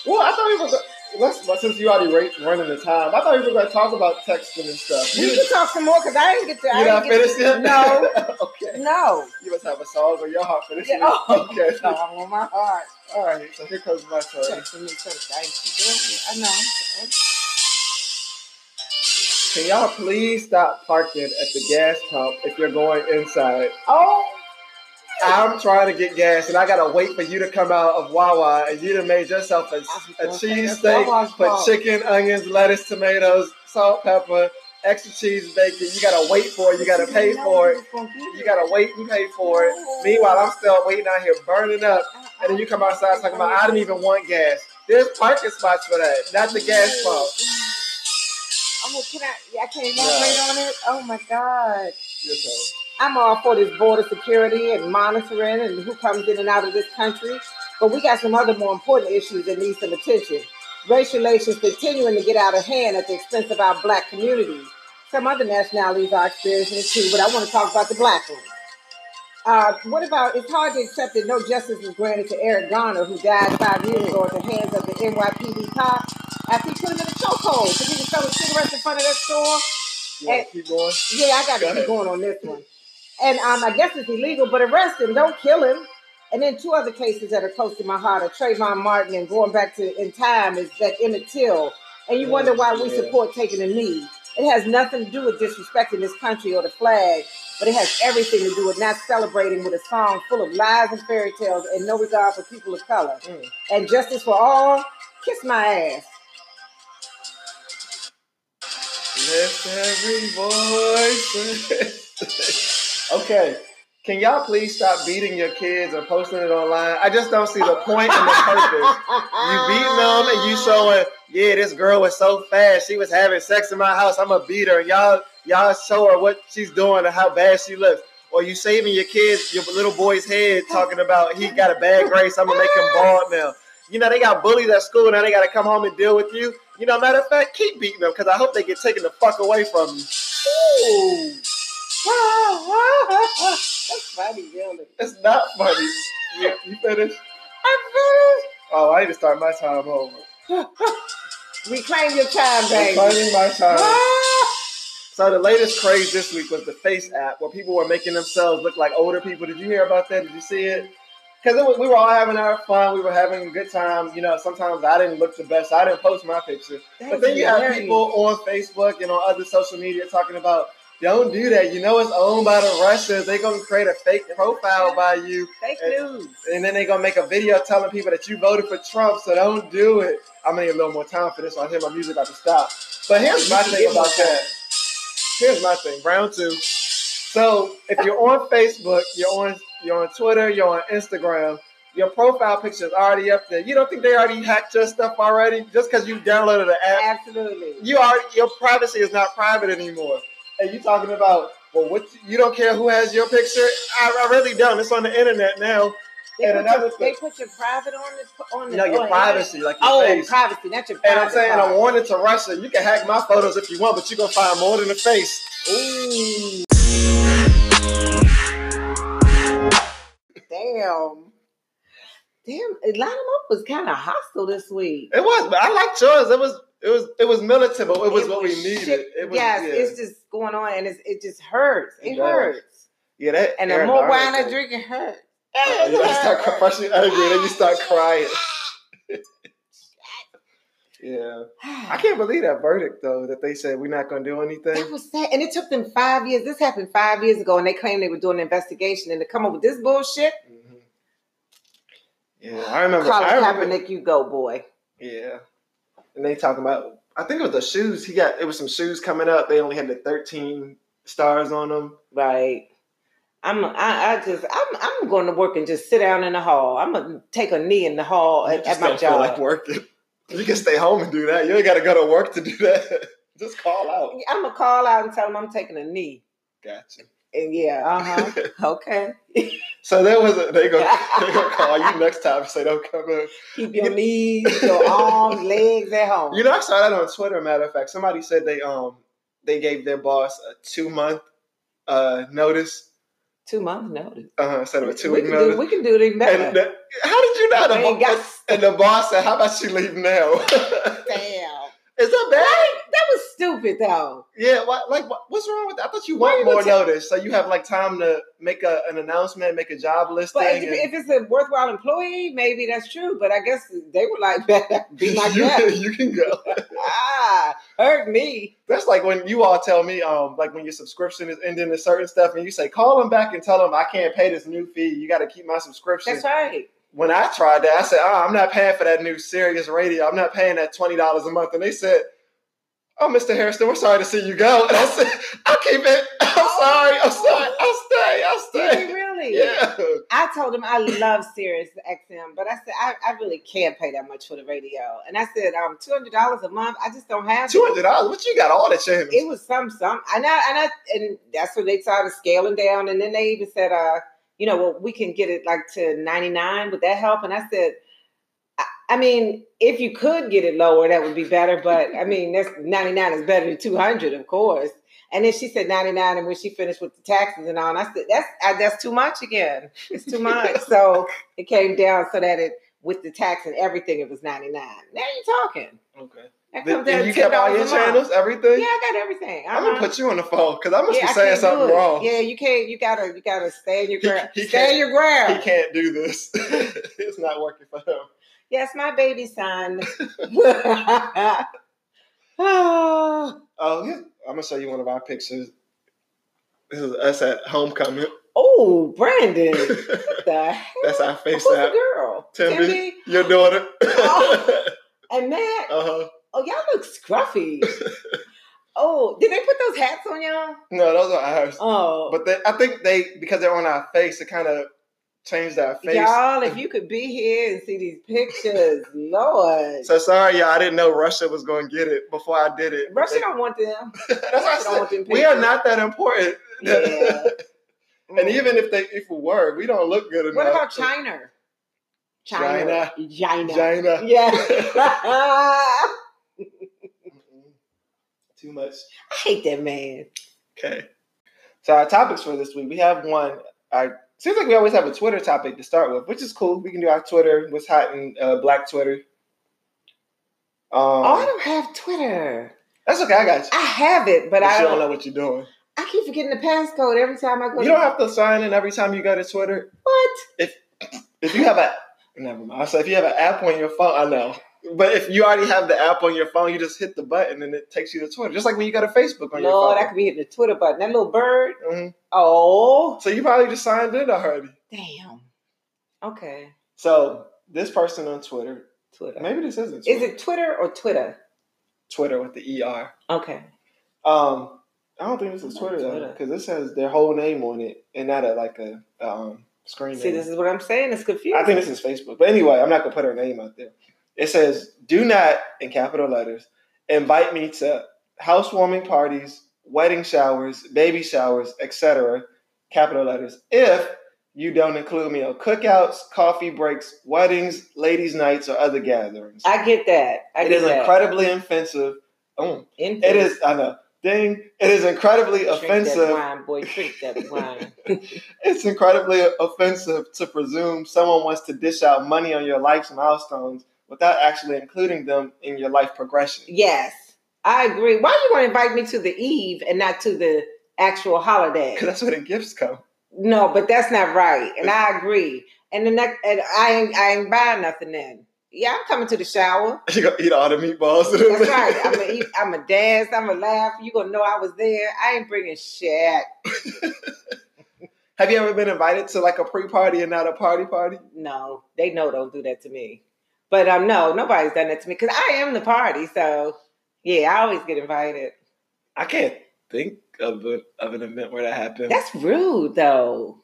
[SPEAKER 2] Well, I thought we were. Go- Let's, well, since you already ra- running the time, I thought we were going to talk about texting and stuff.
[SPEAKER 1] We can talk some more because I didn't get to.
[SPEAKER 2] you
[SPEAKER 1] I
[SPEAKER 2] not
[SPEAKER 1] didn't get
[SPEAKER 2] finished
[SPEAKER 1] No,
[SPEAKER 2] yet? okay.
[SPEAKER 1] no.
[SPEAKER 2] You must have a song on your heart for this.
[SPEAKER 1] Yeah,
[SPEAKER 2] year.
[SPEAKER 1] oh.
[SPEAKER 2] Okay.
[SPEAKER 1] No, I'm on my heart.
[SPEAKER 2] All right. So here comes my turn.
[SPEAKER 1] Text me, text. I ain't doing it. I know.
[SPEAKER 2] Can y'all please stop parking at the gas pump if you're going inside?
[SPEAKER 1] Oh,
[SPEAKER 2] I'm trying to get gas, and I gotta wait for you to come out of Wawa, and you done made yourself a, a cheesesteak, put chicken, onions, lettuce, tomatoes, salt, pepper, extra cheese bacon. You gotta wait for it. You gotta pay for it. You gotta wait and pay for it. Meanwhile, I'm still waiting out here burning up, and then you come outside talking about I didn't even want gas. There's parking spots for that, not the gas pump.
[SPEAKER 1] I'm gonna, can I, I can't even wait on it. Oh my God.
[SPEAKER 2] Yes, sir.
[SPEAKER 1] I'm all for this border security and monitoring and who comes in and out of this country. But we got some other more important issues that need some attention. Race relations continuing to get out of hand at the expense of our black communities. Some other nationalities are experiencing it too, but I want to talk about the black one. Uh, what about it's hard to accept that no justice was granted to Eric Garner, who died five years ago at the hands of the NYPD cop after he put him in a chokehold because he was selling cigarettes in front of that store.
[SPEAKER 2] You wanna keep going?
[SPEAKER 1] Yeah, I got to
[SPEAKER 2] Go
[SPEAKER 1] keep
[SPEAKER 2] ahead.
[SPEAKER 1] going on this one. And um, I guess it's illegal, but arrest him. Don't kill him. And then two other cases that are close to my heart are Trayvon Martin and going back to in time is that Emmett Till. And you
[SPEAKER 2] Yeah,
[SPEAKER 1] wonder why we
[SPEAKER 2] Oh, yeah.
[SPEAKER 1] support taking a knee. It has nothing to do with disrespecting this country or the flag, but it has everything to do with not celebrating with a song full of lies and fairy tales and no regard for people of color.
[SPEAKER 2] Mm.
[SPEAKER 1] And justice for all, kiss my ass.
[SPEAKER 2] Lift every voice. okay. Can y'all please stop beating your kids and posting it online? I just don't see the point and the purpose. You beating them and you showing, yeah, this girl was so fast. She was having sex in my house. I'm gonna beat her. And y'all, y'all show her what she's doing and how bad she looks. Or you saving your kids, your little boy's head, talking about he got a bad grace. I'm gonna make him bald now. You know they got bullies at school. Now they gotta come home and deal with you. You know, matter of fact, keep beating them because I hope they get taken the fuck away from you.
[SPEAKER 1] Ooh. That's funny, really.
[SPEAKER 2] It's not funny. You, you finished?
[SPEAKER 1] I'm
[SPEAKER 2] Oh, I need to start my time over.
[SPEAKER 1] finished. Reclaim your time,
[SPEAKER 2] I'm
[SPEAKER 1] baby.
[SPEAKER 2] finding my time.
[SPEAKER 1] Ah!
[SPEAKER 2] So the latest craze this week was the Face app, where people were making themselves look like older people. Did you hear about that? Did you see it? Because we were all having our fun. We were having a good time. You know, sometimes I didn't look the best. I didn't post my picture. But then you have
[SPEAKER 1] Hilarious.
[SPEAKER 2] people on Facebook and on other social media talking about, don't do that. You know it's owned by the Russians. They're going to create a fake profile by you.
[SPEAKER 1] Fake
[SPEAKER 2] and-
[SPEAKER 1] news.
[SPEAKER 2] And then they're going to make a video telling people that you voted for Trump, so don't do it. I'm going to need a little more time for this. so I hear my music about to stop. But here's my
[SPEAKER 1] You can
[SPEAKER 2] thing
[SPEAKER 1] get more
[SPEAKER 2] about that.
[SPEAKER 1] time.
[SPEAKER 2] Here's my thing, round two. So if you're on Facebook, you're on you're on Twitter, you're on Instagram, your profile picture is already up there. You don't think they already hacked your stuff already? Just because you downloaded the app,
[SPEAKER 1] Absolutely.
[SPEAKER 2] you are your privacy is not private anymore. And you talking about well, what you don't care who has your picture? I, I really don't. It's on the internet now.
[SPEAKER 1] They
[SPEAKER 2] And
[SPEAKER 1] put,
[SPEAKER 2] another
[SPEAKER 1] your, they
[SPEAKER 2] thing-
[SPEAKER 1] put your private on the on the
[SPEAKER 2] You know
[SPEAKER 1] on
[SPEAKER 2] your
[SPEAKER 1] the-
[SPEAKER 2] privacy, like your
[SPEAKER 1] Oh,
[SPEAKER 2] face.
[SPEAKER 1] privacy, not your private.
[SPEAKER 2] And I'm saying
[SPEAKER 1] part.
[SPEAKER 2] a warning to Russia: you can hack my photos if you want, but you're gonna find more than a face.
[SPEAKER 1] Ooh. Damn. Damn, line 'em up was kind of hostile this week.
[SPEAKER 2] It was, but I liked yours. It was, it was, it was militant, but it was what we
[SPEAKER 1] was
[SPEAKER 2] needed.
[SPEAKER 1] shit-
[SPEAKER 2] It was,
[SPEAKER 1] yes,
[SPEAKER 2] yeah,
[SPEAKER 1] it's just going on, and it's, it just hurts. It,
[SPEAKER 2] It does.
[SPEAKER 1] hurts.
[SPEAKER 2] yeah. That
[SPEAKER 1] And the
[SPEAKER 2] Aaron
[SPEAKER 1] more
[SPEAKER 2] Donald
[SPEAKER 1] wine I
[SPEAKER 2] thing.
[SPEAKER 1] drink, it hurts.
[SPEAKER 2] Uh, you know, you start cr- first you angry, then you start crying. yeah, I can't believe that verdict though that they said we're not going to do
[SPEAKER 1] That
[SPEAKER 2] anything.
[SPEAKER 1] was sad. And it took them five years. This happened five years ago, and they claimed they were doing an investigation, and to come up with this bullshit.
[SPEAKER 2] Mhm. Yeah, I remember.
[SPEAKER 1] Colin
[SPEAKER 2] I remember.
[SPEAKER 1] Kaepernick, you go, boy.
[SPEAKER 2] Yeah, and they talking about. I think it was the shoes he got. It was some shoes coming up. They only had the thirteen stars on them.
[SPEAKER 1] Right. I'm. I, I just. I'm. I'm going to work and just sit down in the hall. I'm gonna take a knee in the hall
[SPEAKER 2] You
[SPEAKER 1] at, at
[SPEAKER 2] just
[SPEAKER 1] my
[SPEAKER 2] don't feel
[SPEAKER 1] job.
[SPEAKER 2] like working. You can stay home and do that. You ain't got to go to work to do that. Just call out.
[SPEAKER 1] I'm gonna call out and tell them I'm taking a knee.
[SPEAKER 2] Gotcha.
[SPEAKER 1] And yeah. Uh huh. okay.
[SPEAKER 2] So there was a, they go they gonna call you next time and say don't come in.
[SPEAKER 1] Keep your knees, your arms, legs at home.
[SPEAKER 2] You know, I saw that on Twitter. Matter of fact, somebody said they um they gave their boss a two month uh notice
[SPEAKER 1] Two months notice.
[SPEAKER 2] uh, instead of a two
[SPEAKER 1] we
[SPEAKER 2] week
[SPEAKER 1] can
[SPEAKER 2] notice.
[SPEAKER 1] do. We can do it better.
[SPEAKER 2] and the, how did you know? The
[SPEAKER 1] We ain't
[SPEAKER 2] bo-
[SPEAKER 1] got
[SPEAKER 2] and the boss said, "How about you leave now?"
[SPEAKER 1] damn.
[SPEAKER 2] Is that bad?
[SPEAKER 1] That was stupid though.
[SPEAKER 2] Yeah, why, like what, what's wrong with that? I thought you
[SPEAKER 1] Why
[SPEAKER 2] want
[SPEAKER 1] you gonna
[SPEAKER 2] more
[SPEAKER 1] tell-
[SPEAKER 2] notice, so you have like time to make a, an announcement, make a job listing.
[SPEAKER 1] But if,
[SPEAKER 2] and-
[SPEAKER 1] if it's a worthwhile employee, maybe that's true. But I guess they were like, be my
[SPEAKER 2] you,
[SPEAKER 1] guest.
[SPEAKER 2] you can go.
[SPEAKER 1] ah, hurt me.
[SPEAKER 2] That's like when you all tell me, um, like when your subscription is ending and certain stuff, and you say, call them back and tell them I can't pay this new fee. You got to keep my subscription.
[SPEAKER 1] That's right.
[SPEAKER 2] When I tried that, I said, oh, I'm not paying for that new Sirius radio. I'm not paying that twenty dollars a month. And they said, Oh, Mr. Harrison, we're sorry to see you go. And I said, I'll keep it. I'm
[SPEAKER 1] Oh,
[SPEAKER 2] sorry. I'm sorry. I'll stay. I'll
[SPEAKER 1] Did
[SPEAKER 2] stay.
[SPEAKER 1] we really?
[SPEAKER 2] Yeah.
[SPEAKER 1] I told him I love Sirius XM, but I said I, I really can't pay that much for the radio. And I said um two hundred dollars a month. I just don't have
[SPEAKER 2] Two
[SPEAKER 1] it.
[SPEAKER 2] hundred dollars. What you got? All the channels.
[SPEAKER 1] It was some some, and I and I and that's when they started scaling down, and then they even said uh you know well we can get it like to ninety nine. Would that help? And I said. I- I mean, if you could get it lower, that would be better. But I mean, that's ninety nine is better than two hundred, of course. And then she said ninety nine, and when she finished with the taxes and all, and I said that's I, that's too much again. It's too much. so it came down so that it with the tax and everything, it was ninety nine. Now you're talking.
[SPEAKER 2] Okay.
[SPEAKER 1] That
[SPEAKER 2] Th-
[SPEAKER 1] comes down
[SPEAKER 2] and
[SPEAKER 1] to
[SPEAKER 2] you kept all
[SPEAKER 1] $10
[SPEAKER 2] your
[SPEAKER 1] a month.
[SPEAKER 2] channels, everything.
[SPEAKER 1] Yeah, I got everything.
[SPEAKER 2] I'm gonna
[SPEAKER 1] Uh-huh.
[SPEAKER 2] put you on the phone because I must
[SPEAKER 1] Yeah,
[SPEAKER 2] be
[SPEAKER 1] I
[SPEAKER 2] saying
[SPEAKER 1] can't do
[SPEAKER 2] something
[SPEAKER 1] it.
[SPEAKER 2] wrong.
[SPEAKER 1] Yeah, you can't. You gotta. You gotta stay in your
[SPEAKER 2] He-
[SPEAKER 1] ground.
[SPEAKER 2] he
[SPEAKER 1] stay in
[SPEAKER 2] can't-
[SPEAKER 1] your ground.
[SPEAKER 2] He can't do this. it's not working for him.
[SPEAKER 1] Yes, my baby son. oh,
[SPEAKER 2] Oh, yeah. I'm gonna show you one of our pictures. This is us at homecoming.
[SPEAKER 1] oh, Brandon. What the heck?
[SPEAKER 2] That's our
[SPEAKER 1] Who's
[SPEAKER 2] FaceApp.
[SPEAKER 1] the girl?
[SPEAKER 2] Timmy.
[SPEAKER 1] Timmy.
[SPEAKER 2] Your daughter. Uh-huh.
[SPEAKER 1] Oh. and Matt.
[SPEAKER 2] uh huh.
[SPEAKER 1] Oh, y'all look scruffy. oh, did they put those hats on y'all?
[SPEAKER 2] No, those are ours.
[SPEAKER 1] Oh,
[SPEAKER 2] But they, I think they because they're on our face, it kind of changed our face.
[SPEAKER 1] y'all, if you could be here and see these pictures, Lord.
[SPEAKER 2] So sorry, y'all. I didn't know Russia was gonna get it before I did it.
[SPEAKER 1] Russia don't want them.
[SPEAKER 2] That's why I
[SPEAKER 1] Russia don't
[SPEAKER 2] said
[SPEAKER 1] want them
[SPEAKER 2] we are
[SPEAKER 1] pictures.
[SPEAKER 2] not that important.
[SPEAKER 1] Yeah.
[SPEAKER 2] And even if they if we were, we don't look good enough.
[SPEAKER 1] What about China? China. China.
[SPEAKER 2] China.
[SPEAKER 1] Yeah. I
[SPEAKER 2] Mm-mm. Too much.
[SPEAKER 1] hate that man.
[SPEAKER 2] Okay. So our topics for this week, we have one. I seems like we always have a Twitter topic to start with, which is cool. We can do our Twitter, what's hot in uh, Black Twitter. Um,
[SPEAKER 1] Oh, I don't have Twitter.
[SPEAKER 2] that's okay. I got you.
[SPEAKER 1] I have it, but,
[SPEAKER 2] But
[SPEAKER 1] I
[SPEAKER 2] you don't
[SPEAKER 1] don't.
[SPEAKER 2] know what you're doing.
[SPEAKER 1] I keep forgetting the passcode every time I go.
[SPEAKER 2] You
[SPEAKER 1] to,
[SPEAKER 2] don't have to sign in every time you go to Twitter.
[SPEAKER 1] what?
[SPEAKER 2] If you have a never mind. So if you have an app on your phone, I know. But if you already have the app on your phone, you just hit the button and it takes you to Twitter. Just like when you go to Facebook on
[SPEAKER 1] Lord, I
[SPEAKER 2] your
[SPEAKER 1] could be hitting the Twitter button. That little bird.
[SPEAKER 2] phone. Mhm.
[SPEAKER 1] Oh,
[SPEAKER 2] So you probably just signed in already.
[SPEAKER 1] damn. Okay,
[SPEAKER 2] So this person on Twitter,
[SPEAKER 1] Twitter.
[SPEAKER 2] maybe this isn't. Twitter.
[SPEAKER 1] Is it Twitter or Twitter?
[SPEAKER 2] Twitter with the ER.
[SPEAKER 1] Okay.
[SPEAKER 2] Um, I don't think this is Twitter though,
[SPEAKER 1] Twitter.
[SPEAKER 2] because this has their whole name on it and not a, like a um, screen
[SPEAKER 1] See,
[SPEAKER 2] name.
[SPEAKER 1] this is what I'm saying. It's confusing.
[SPEAKER 2] I think this is Facebook. But anyway, I'm not gonna put her name out there. It says, "Do not," in capital letters, "invite me to housewarming parties, wedding showers, baby showers, etc." Capital letters. If you don't include me on cookouts, coffee breaks, weddings, ladies' nights, or other gatherings.
[SPEAKER 1] I get that. I
[SPEAKER 2] it
[SPEAKER 1] get
[SPEAKER 2] is
[SPEAKER 1] that.
[SPEAKER 2] incredibly offensive. Mm.
[SPEAKER 1] Infant.
[SPEAKER 2] It is, I know. Ding. It is incredibly
[SPEAKER 1] Drink That
[SPEAKER 2] offensive.
[SPEAKER 1] wine, boy, drink that wine.
[SPEAKER 2] It's incredibly offensive to presume someone wants to dish out money on your life's milestones without actually including them in your life progression.
[SPEAKER 1] yes, I agree. Why you going to invite me to the eve and not to the actual holiday?
[SPEAKER 2] Because that's where the gifts come.
[SPEAKER 1] No, but that's not right, and I agree. And the next, and I ain't, I ain't buying nothing then. Yeah, I'm coming to the shower.
[SPEAKER 2] You're going to eat all the meatballs.
[SPEAKER 1] That's right. I'm gonna eat. I'm gonna dance. I'm gonna laugh. You gonna know I was there. I ain't bringing shit.
[SPEAKER 2] Have you ever been invited to like a pre party and not a party party?
[SPEAKER 1] No, they know don't do that to me. But um, no, nobody's done that to me because I am the party. So yeah, I always get invited.
[SPEAKER 2] I can't think of, a, of an event where that happened.
[SPEAKER 1] That's rude though.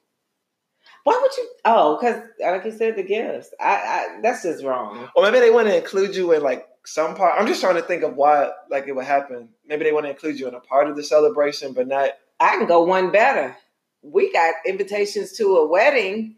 [SPEAKER 1] Why would you? Oh, because like you said, the gifts. I, I that's just wrong.
[SPEAKER 2] Or maybe they want to include you in like some part. I'm just trying to think of why like it would happen. Maybe they want to include you in a part of the celebration, but not.
[SPEAKER 1] I can go one better. We got invitations to a wedding,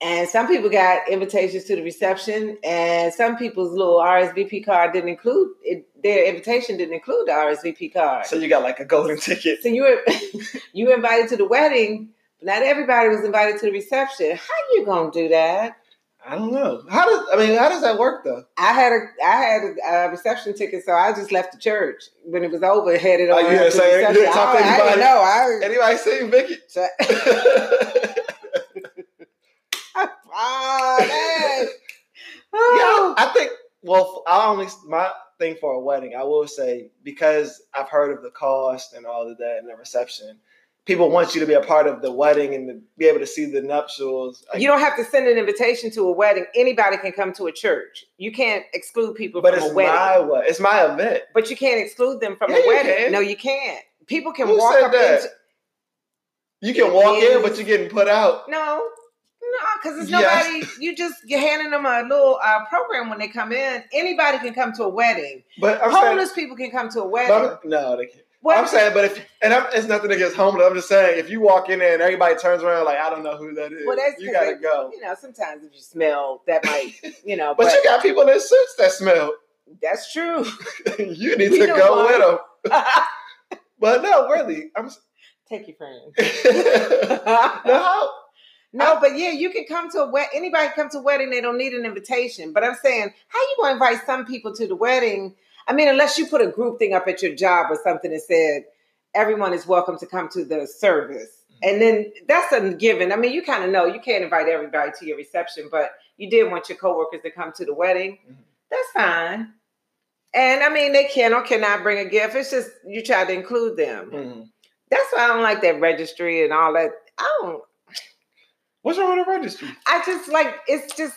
[SPEAKER 1] and some people got invitations to the reception, and some people's little RSVP card didn't include it, their invitation didn't include the RSVP card.
[SPEAKER 2] So
[SPEAKER 1] So,
[SPEAKER 2] you got like a golden ticket.
[SPEAKER 1] you were you were invited to the wedding, but not everybody was invited to the reception. How you gonna do that?
[SPEAKER 2] I don't know. How does I mean? How does that work though?
[SPEAKER 1] I had a I had a, uh reception ticket, so I just left the church when it was over. Headed
[SPEAKER 2] Oh,
[SPEAKER 1] on.
[SPEAKER 2] you
[SPEAKER 1] up
[SPEAKER 2] didn't
[SPEAKER 1] to
[SPEAKER 2] say- you
[SPEAKER 1] reception.
[SPEAKER 2] didn't talk
[SPEAKER 1] I,
[SPEAKER 2] to
[SPEAKER 1] I didn't
[SPEAKER 2] anybody?
[SPEAKER 1] know. I,
[SPEAKER 2] Anybody seen Vicky?
[SPEAKER 1] so- oh, man.
[SPEAKER 2] Yeah,
[SPEAKER 1] Oh.
[SPEAKER 2] I think. Well, I only my thing for a wedding. I will say because I've heard of the cost and all of that and the reception. People want you to be a part of the wedding and to be able to see the nuptials. Like,
[SPEAKER 1] You don't have to send an invitation to a wedding. Anybody can come to a church. You can't exclude people
[SPEAKER 2] but
[SPEAKER 1] from
[SPEAKER 2] it's
[SPEAKER 1] a wedding.
[SPEAKER 2] my we- it's my event.
[SPEAKER 1] But you can't exclude them from
[SPEAKER 2] Yeah,
[SPEAKER 1] a
[SPEAKER 2] you
[SPEAKER 1] wedding.
[SPEAKER 2] can.
[SPEAKER 1] No, you can't. People can
[SPEAKER 2] Who
[SPEAKER 1] walk
[SPEAKER 2] said
[SPEAKER 1] up
[SPEAKER 2] that?
[SPEAKER 1] into
[SPEAKER 2] You can walk
[SPEAKER 1] It
[SPEAKER 2] in, but
[SPEAKER 1] is.
[SPEAKER 2] you're getting put out.
[SPEAKER 1] no, no, because it's
[SPEAKER 2] Yes.
[SPEAKER 1] nobody. You just you're handing them a little uh, program when they come in. Anybody can come to a wedding.
[SPEAKER 2] But I'm saying,
[SPEAKER 1] Homeless people can come to a
[SPEAKER 2] but
[SPEAKER 1] wedding.
[SPEAKER 2] I'm- no, they can't.
[SPEAKER 1] What-
[SPEAKER 2] I'm saying, but if and I'm, it's nothing against homeless. I'm just saying, if you walk in there and everybody turns around like I don't know who that is,
[SPEAKER 1] Well, that's
[SPEAKER 2] you
[SPEAKER 1] 'cause
[SPEAKER 2] gotta
[SPEAKER 1] they-
[SPEAKER 2] go.
[SPEAKER 1] you know, sometimes if you smell, that might you know.
[SPEAKER 2] But
[SPEAKER 1] but
[SPEAKER 2] you got people in suits that smell.
[SPEAKER 1] that's true.
[SPEAKER 2] you need
[SPEAKER 1] We
[SPEAKER 2] to
[SPEAKER 1] know
[SPEAKER 2] go
[SPEAKER 1] one.
[SPEAKER 2] with them. But no, really, I'm. s-
[SPEAKER 1] Take your friend.
[SPEAKER 2] no, how?
[SPEAKER 1] No, but yeah, you can come to a wedding. Anybody can come to a wedding, they don't need an invitation. But I'm saying, how you gonna invite some people to the wedding? I mean, unless you put a group thing up at your job or something that said everyone is welcome to come to the service, and then that's a given. I mean, you kind of know you can't invite everybody to your reception, but you did want your coworkers to come to the wedding.
[SPEAKER 2] Mhm.
[SPEAKER 1] That's fine. And I mean, they can or cannot bring a gift. It's just you try to include them.
[SPEAKER 2] Mhm.
[SPEAKER 1] That's why I don't like that registry and all that. I don't.
[SPEAKER 2] What's wrong with the registry?
[SPEAKER 1] I just like it's just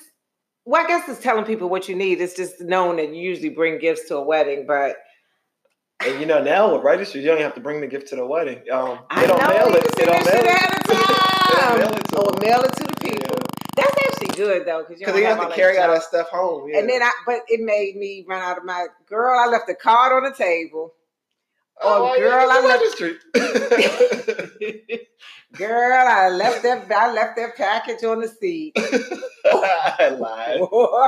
[SPEAKER 1] well, I guess it's telling people what you need. It's just known that you usually bring gifts to a wedding, but
[SPEAKER 2] And you know now with registry, you don't even have to bring the gift to the wedding. Um,
[SPEAKER 1] I
[SPEAKER 2] they don't
[SPEAKER 1] know
[SPEAKER 2] mail
[SPEAKER 1] you
[SPEAKER 2] it.
[SPEAKER 1] can
[SPEAKER 2] They
[SPEAKER 1] send
[SPEAKER 2] don't
[SPEAKER 1] that
[SPEAKER 2] mail
[SPEAKER 1] shit ahead
[SPEAKER 2] it.
[SPEAKER 1] of
[SPEAKER 2] They
[SPEAKER 1] time.
[SPEAKER 2] don't mail it to
[SPEAKER 1] Or
[SPEAKER 2] them.
[SPEAKER 1] mail it to the
[SPEAKER 2] Yeah.
[SPEAKER 1] people. That's actually good though, because you
[SPEAKER 2] Because
[SPEAKER 1] don't
[SPEAKER 2] they
[SPEAKER 1] have
[SPEAKER 2] have
[SPEAKER 1] all that
[SPEAKER 2] to carry all
[SPEAKER 1] junk.
[SPEAKER 2] that stuff home. Yeah.
[SPEAKER 1] And then I, but it made me run out of my girl. I left a card on the table.
[SPEAKER 2] oh,
[SPEAKER 1] oh,
[SPEAKER 2] why you
[SPEAKER 1] girl,
[SPEAKER 2] have
[SPEAKER 1] I
[SPEAKER 2] the registry.
[SPEAKER 1] Girl, I left that. I left that package on the seat.
[SPEAKER 2] I lied.
[SPEAKER 1] I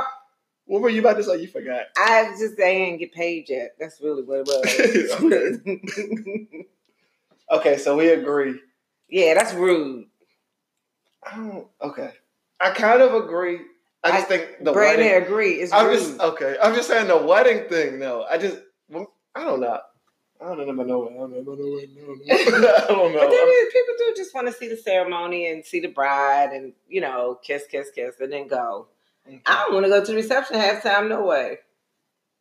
[SPEAKER 2] What were you about to say? You forgot.
[SPEAKER 1] was just they didn't get paid yet. That's really what it was.
[SPEAKER 2] Okay, so we agree.
[SPEAKER 1] yeah, that's rude.
[SPEAKER 2] I don't, okay, I kind of agree. I just think the
[SPEAKER 1] Brandon
[SPEAKER 2] wedding.
[SPEAKER 1] agree. It's
[SPEAKER 2] I'm
[SPEAKER 1] rude.
[SPEAKER 2] just okay. I'm just saying the wedding thing. No, I just I don't know. I don't know. I don't know. I don't know. I don't know. I don't
[SPEAKER 1] But then
[SPEAKER 2] know.
[SPEAKER 1] it- people do just want to see the ceremony and see the bride and you know kiss, kiss, kiss, and then go. I don't want to go to the reception halftime. No way.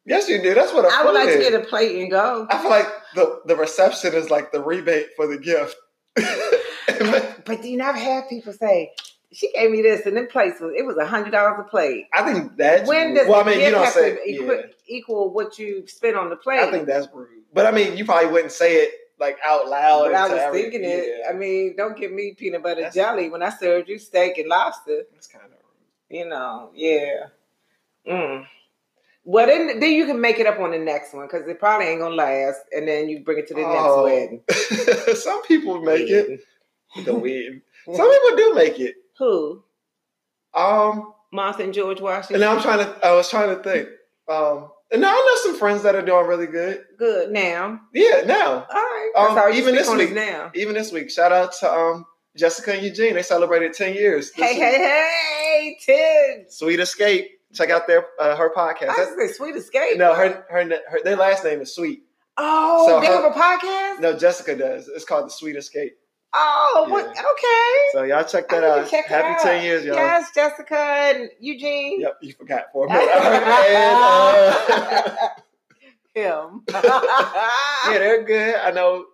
[SPEAKER 2] Yes, you do. That's what
[SPEAKER 1] I would like to
[SPEAKER 2] is.
[SPEAKER 1] get a plate and go.
[SPEAKER 2] I feel like the the reception is like the rebate for the gift.
[SPEAKER 1] But do you not have people say she gave me this and then plates was it was a hundred dollars a plate.
[SPEAKER 2] I think that's
[SPEAKER 1] When
[SPEAKER 2] rude.
[SPEAKER 1] does
[SPEAKER 2] well. I
[SPEAKER 1] the
[SPEAKER 2] mean, you
[SPEAKER 1] gift
[SPEAKER 2] don't
[SPEAKER 1] have
[SPEAKER 2] say.
[SPEAKER 1] to
[SPEAKER 2] yeah.
[SPEAKER 1] equi- equal what you spent on the plate?
[SPEAKER 2] I think that's rude. But I mean, you probably wouldn't say it like out loud.
[SPEAKER 1] but I
[SPEAKER 2] and to
[SPEAKER 1] was
[SPEAKER 2] every-
[SPEAKER 1] thinking it.
[SPEAKER 2] yeah.
[SPEAKER 1] I mean, don't give me peanut butter
[SPEAKER 2] That's-
[SPEAKER 1] jelly when I served you steak and lobster.
[SPEAKER 2] That's kind of rude.
[SPEAKER 1] you know, yeah. Mm. Well, then then you can make it up on the next one because it probably ain't gonna last, and then you bring it to the
[SPEAKER 2] Oh,
[SPEAKER 1] next
[SPEAKER 2] Some people make it
[SPEAKER 1] wedding.
[SPEAKER 2] the weed. Some people do make it.
[SPEAKER 1] Who?
[SPEAKER 2] Um,
[SPEAKER 1] Martha and George Washington.
[SPEAKER 2] and I'm trying to. I was trying to think. Um, and now I know some friends that are doing really good.
[SPEAKER 1] Good now.
[SPEAKER 2] Yeah, now
[SPEAKER 1] All right.
[SPEAKER 2] Um,
[SPEAKER 1] That's all you
[SPEAKER 2] even
[SPEAKER 1] speak
[SPEAKER 2] this
[SPEAKER 1] on is
[SPEAKER 2] week-
[SPEAKER 1] now.
[SPEAKER 2] even this week, shout out to um Jessica and Eugene. They celebrated 10 years. this
[SPEAKER 1] Hey, hey,
[SPEAKER 2] week.
[SPEAKER 1] hey, Tim.
[SPEAKER 2] Sweet Escape. Check out their uh, her podcast.
[SPEAKER 1] I
[SPEAKER 2] That's-
[SPEAKER 1] said sweet escape.
[SPEAKER 2] no, her, her her their last name is Sweet.
[SPEAKER 1] Oh,
[SPEAKER 2] So
[SPEAKER 1] they
[SPEAKER 2] her-
[SPEAKER 1] have a podcast.
[SPEAKER 2] No, Jessica does. It's called the Sweet Escape.
[SPEAKER 1] Oh,
[SPEAKER 2] Yeah.
[SPEAKER 1] what? Okay.
[SPEAKER 2] So y'all check that
[SPEAKER 1] I need
[SPEAKER 2] out.
[SPEAKER 1] to check it
[SPEAKER 2] Happy
[SPEAKER 1] out.
[SPEAKER 2] 10 years, y'all.
[SPEAKER 1] Yes, Jessica and Eugene.
[SPEAKER 2] Yep, you forgot for a minute. And, uh,
[SPEAKER 1] him.
[SPEAKER 2] yeah, they're good. I know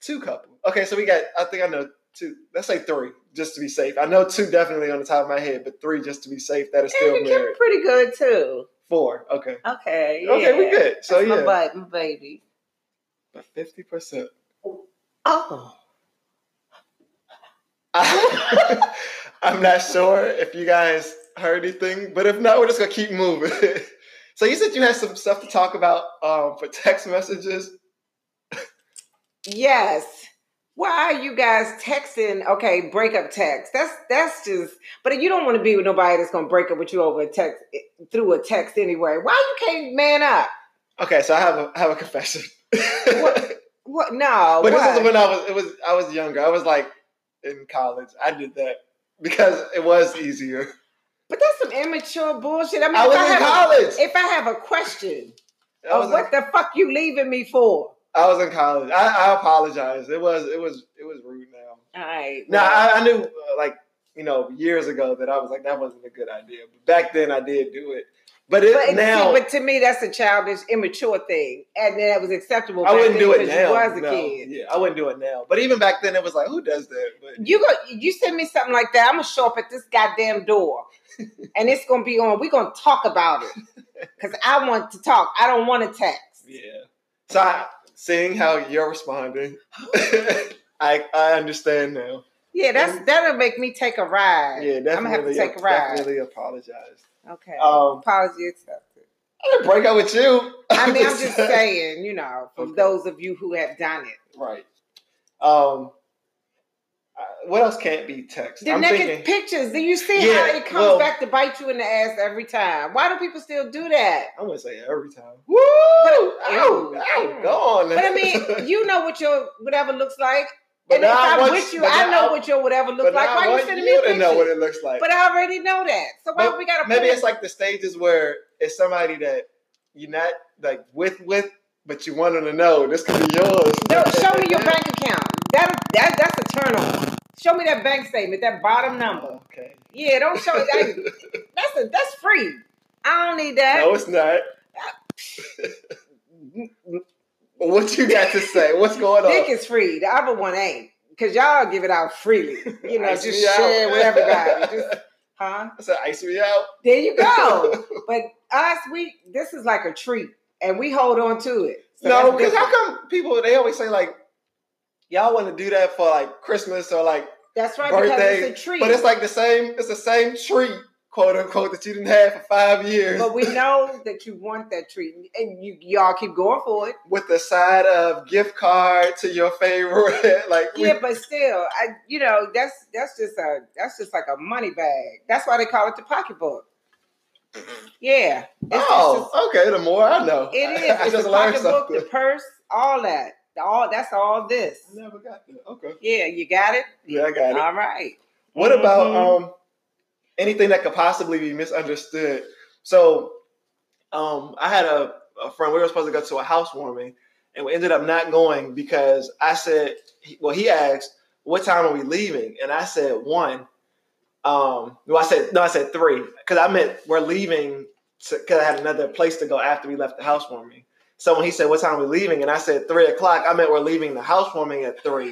[SPEAKER 2] two couple. Okay, so we got. I think I know two. Let's say three, just to be safe. I know two definitely on the top of my head, but three just to be safe that are
[SPEAKER 1] And
[SPEAKER 2] still
[SPEAKER 1] it came
[SPEAKER 2] married.
[SPEAKER 1] pretty good too.
[SPEAKER 2] Four. Okay.
[SPEAKER 1] Okay.
[SPEAKER 2] Okay, we
[SPEAKER 1] yeah.
[SPEAKER 2] good. So
[SPEAKER 1] That's my
[SPEAKER 2] yeah,
[SPEAKER 1] butt, my baby.
[SPEAKER 2] but fifty percent.
[SPEAKER 1] Oh.
[SPEAKER 2] I'm not sure if you guys heard anything, but if not, we're just gonna keep moving. so you said you had some stuff to talk about um, for text messages.
[SPEAKER 1] Yes. Why are you guys texting? Okay, breakup text. That's that's just. But you don't want to be with nobody that's gonna break up with you over a text eh, through a text anyway. Why you can't man up?
[SPEAKER 2] Okay, so I have a I have a confession.
[SPEAKER 1] What? No.
[SPEAKER 2] but
[SPEAKER 1] why?
[SPEAKER 2] this is when I was it was I was younger. I was like in college. I did that because it was easier.
[SPEAKER 1] But that's some immature bullshit. I mean,
[SPEAKER 2] I
[SPEAKER 1] if,
[SPEAKER 2] was
[SPEAKER 1] I
[SPEAKER 2] in
[SPEAKER 1] have
[SPEAKER 2] college.
[SPEAKER 1] A, if I have a question
[SPEAKER 2] I
[SPEAKER 1] of
[SPEAKER 2] was,
[SPEAKER 1] what
[SPEAKER 2] in,
[SPEAKER 1] the fuck you leaving me for?
[SPEAKER 2] I was in college. I, I apologize. It was it was it was rude. Now,
[SPEAKER 1] All right.
[SPEAKER 2] now
[SPEAKER 1] well,
[SPEAKER 2] I, I knew uh, like you know years ago that I was like that wasn't a good idea. But back then I did do it. But, it,
[SPEAKER 1] but, see,
[SPEAKER 2] now
[SPEAKER 1] but to me, that's a childish, immature thing, and then that was acceptable.
[SPEAKER 2] I
[SPEAKER 1] back
[SPEAKER 2] wouldn't
[SPEAKER 1] then
[SPEAKER 2] do it
[SPEAKER 1] because
[SPEAKER 2] now.
[SPEAKER 1] You was a
[SPEAKER 2] No.
[SPEAKER 1] kid.
[SPEAKER 2] Yeah, I wouldn't do it now. But even back then, it was like, who does that? But
[SPEAKER 1] You go. You send me something like that. I'm gonna show up at this goddamn door, and it's gonna be on. We're gonna talk about it because I want to talk. I don't want to text.
[SPEAKER 2] yeah. So I, seeing how you're responding, I I understand now.
[SPEAKER 1] Yeah, that's that'll make me take a ride.
[SPEAKER 2] Yeah, definitely.
[SPEAKER 1] I'm gonna have to take a ride.
[SPEAKER 2] Definitely apologize.
[SPEAKER 1] Okay.
[SPEAKER 2] Um,
[SPEAKER 1] Apology accepted.
[SPEAKER 2] I didn't break up with you.
[SPEAKER 1] I mean, I'm just saying, you know, for
[SPEAKER 2] Okay.
[SPEAKER 1] those of you who have done it,
[SPEAKER 2] Right. Um. uh, What else can't be text?
[SPEAKER 1] the
[SPEAKER 2] I'm
[SPEAKER 1] naked
[SPEAKER 2] thinking.
[SPEAKER 1] pictures. Do you see
[SPEAKER 2] Yeah,
[SPEAKER 1] how it comes
[SPEAKER 2] well-
[SPEAKER 1] back to bite you in the ass every time? Why do people still do that?
[SPEAKER 2] I'm gonna say every time. Woo! Ow,
[SPEAKER 1] ew,
[SPEAKER 2] ow,
[SPEAKER 1] ew.
[SPEAKER 2] go on.
[SPEAKER 1] But I mean, you know what your whatever looks like,
[SPEAKER 2] But
[SPEAKER 1] and if
[SPEAKER 2] now I
[SPEAKER 1] I'm
[SPEAKER 2] want-
[SPEAKER 1] with you,
[SPEAKER 2] but
[SPEAKER 1] I
[SPEAKER 2] now
[SPEAKER 1] know
[SPEAKER 2] I-
[SPEAKER 1] what your whatever
[SPEAKER 2] but
[SPEAKER 1] looks like.
[SPEAKER 2] now
[SPEAKER 1] Why are
[SPEAKER 2] I
[SPEAKER 1] you
[SPEAKER 2] want
[SPEAKER 1] sending me
[SPEAKER 2] you to know what
[SPEAKER 1] pictures?
[SPEAKER 2] it looks like.
[SPEAKER 1] But I already know that, so why
[SPEAKER 2] But
[SPEAKER 1] we gotta
[SPEAKER 2] maybe
[SPEAKER 1] put
[SPEAKER 2] it's like the stages where it's somebody that you're not like with with, but you want them to know this could be yours.
[SPEAKER 1] No, show me your bank account. That that that's a turn on. Show me that bank statement, that bottom number.
[SPEAKER 2] Okay.
[SPEAKER 1] Yeah, don't show it. I- that's a, that's free. I don't need that.
[SPEAKER 2] No, it's not. what you got to say? What's going on?
[SPEAKER 1] Dick is free. The other one ain't. Cause y'all give it out freely. You know,
[SPEAKER 2] Ice
[SPEAKER 1] just
[SPEAKER 2] me out.
[SPEAKER 1] share with everybody. Just, huh?
[SPEAKER 2] I said, ice me out.
[SPEAKER 1] There you go. but us, we this is like a treat, and we hold on to it. So
[SPEAKER 2] no,
[SPEAKER 1] that's
[SPEAKER 2] because how
[SPEAKER 1] different.
[SPEAKER 2] come people they always say like y'all want to do that for like Christmas or like
[SPEAKER 1] that's right
[SPEAKER 2] birthday,
[SPEAKER 1] because it's a treat.
[SPEAKER 2] but it's like the same. It's the same treat, quote unquote, that you didn't have for five years.
[SPEAKER 1] But we know that you want that treat, and you y'all keep going for it.
[SPEAKER 2] with the side of gift card to your favorite, like we-
[SPEAKER 1] Yeah, but still, I you know that's that's just a that's just like a money bag. That's why they call it the pocketbook. Yeah. It's- it's just-
[SPEAKER 2] oh, okay. The more I know,
[SPEAKER 1] It is.
[SPEAKER 2] I
[SPEAKER 1] it's
[SPEAKER 2] just
[SPEAKER 1] the
[SPEAKER 2] learned
[SPEAKER 1] pocketbook,
[SPEAKER 2] something.
[SPEAKER 1] the purse, all that. All that's all this.
[SPEAKER 2] I never got that. Okay.
[SPEAKER 1] Yeah, you got it.
[SPEAKER 2] Yeah, I got it.
[SPEAKER 1] All right.
[SPEAKER 2] What about
[SPEAKER 1] Mhm.
[SPEAKER 2] um anything that could possibly be misunderstood? So, um, I had a, a friend. We were supposed to go to a housewarming, and we ended up not going because I said, well, he asked, "What time are we leaving?" And I said one. Um, well, I said no. I said three because I meant we're leaving because I had another place to go after we left the housewarming. So when he said, "What time are we leaving?" and I said three o'clock, I meant we're leaving the housewarming at three.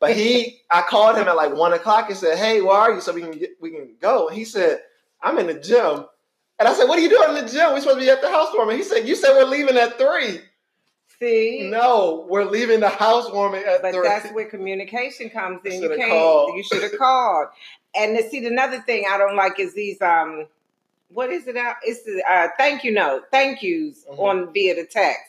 [SPEAKER 2] But he, I called him at like one o'clock and said, "Hey, where are you?" So we can get, we can go. And he said, "I'm in the gym." And I said, "What are you doing in the gym? We're supposed to be at the housewarming." He said, "You said we're leaving at 3.
[SPEAKER 1] See.
[SPEAKER 2] No, we're leaving the housewarming at
[SPEAKER 1] But
[SPEAKER 2] three.
[SPEAKER 1] that's where communication comes in. You
[SPEAKER 2] Shoulda
[SPEAKER 1] can't.
[SPEAKER 2] called.
[SPEAKER 1] You should have called. And to see, another thing I don't like is these. Um, what is it? Out? It's the uh, thank you note. Thank yous
[SPEAKER 2] Mhm.
[SPEAKER 1] on via the text.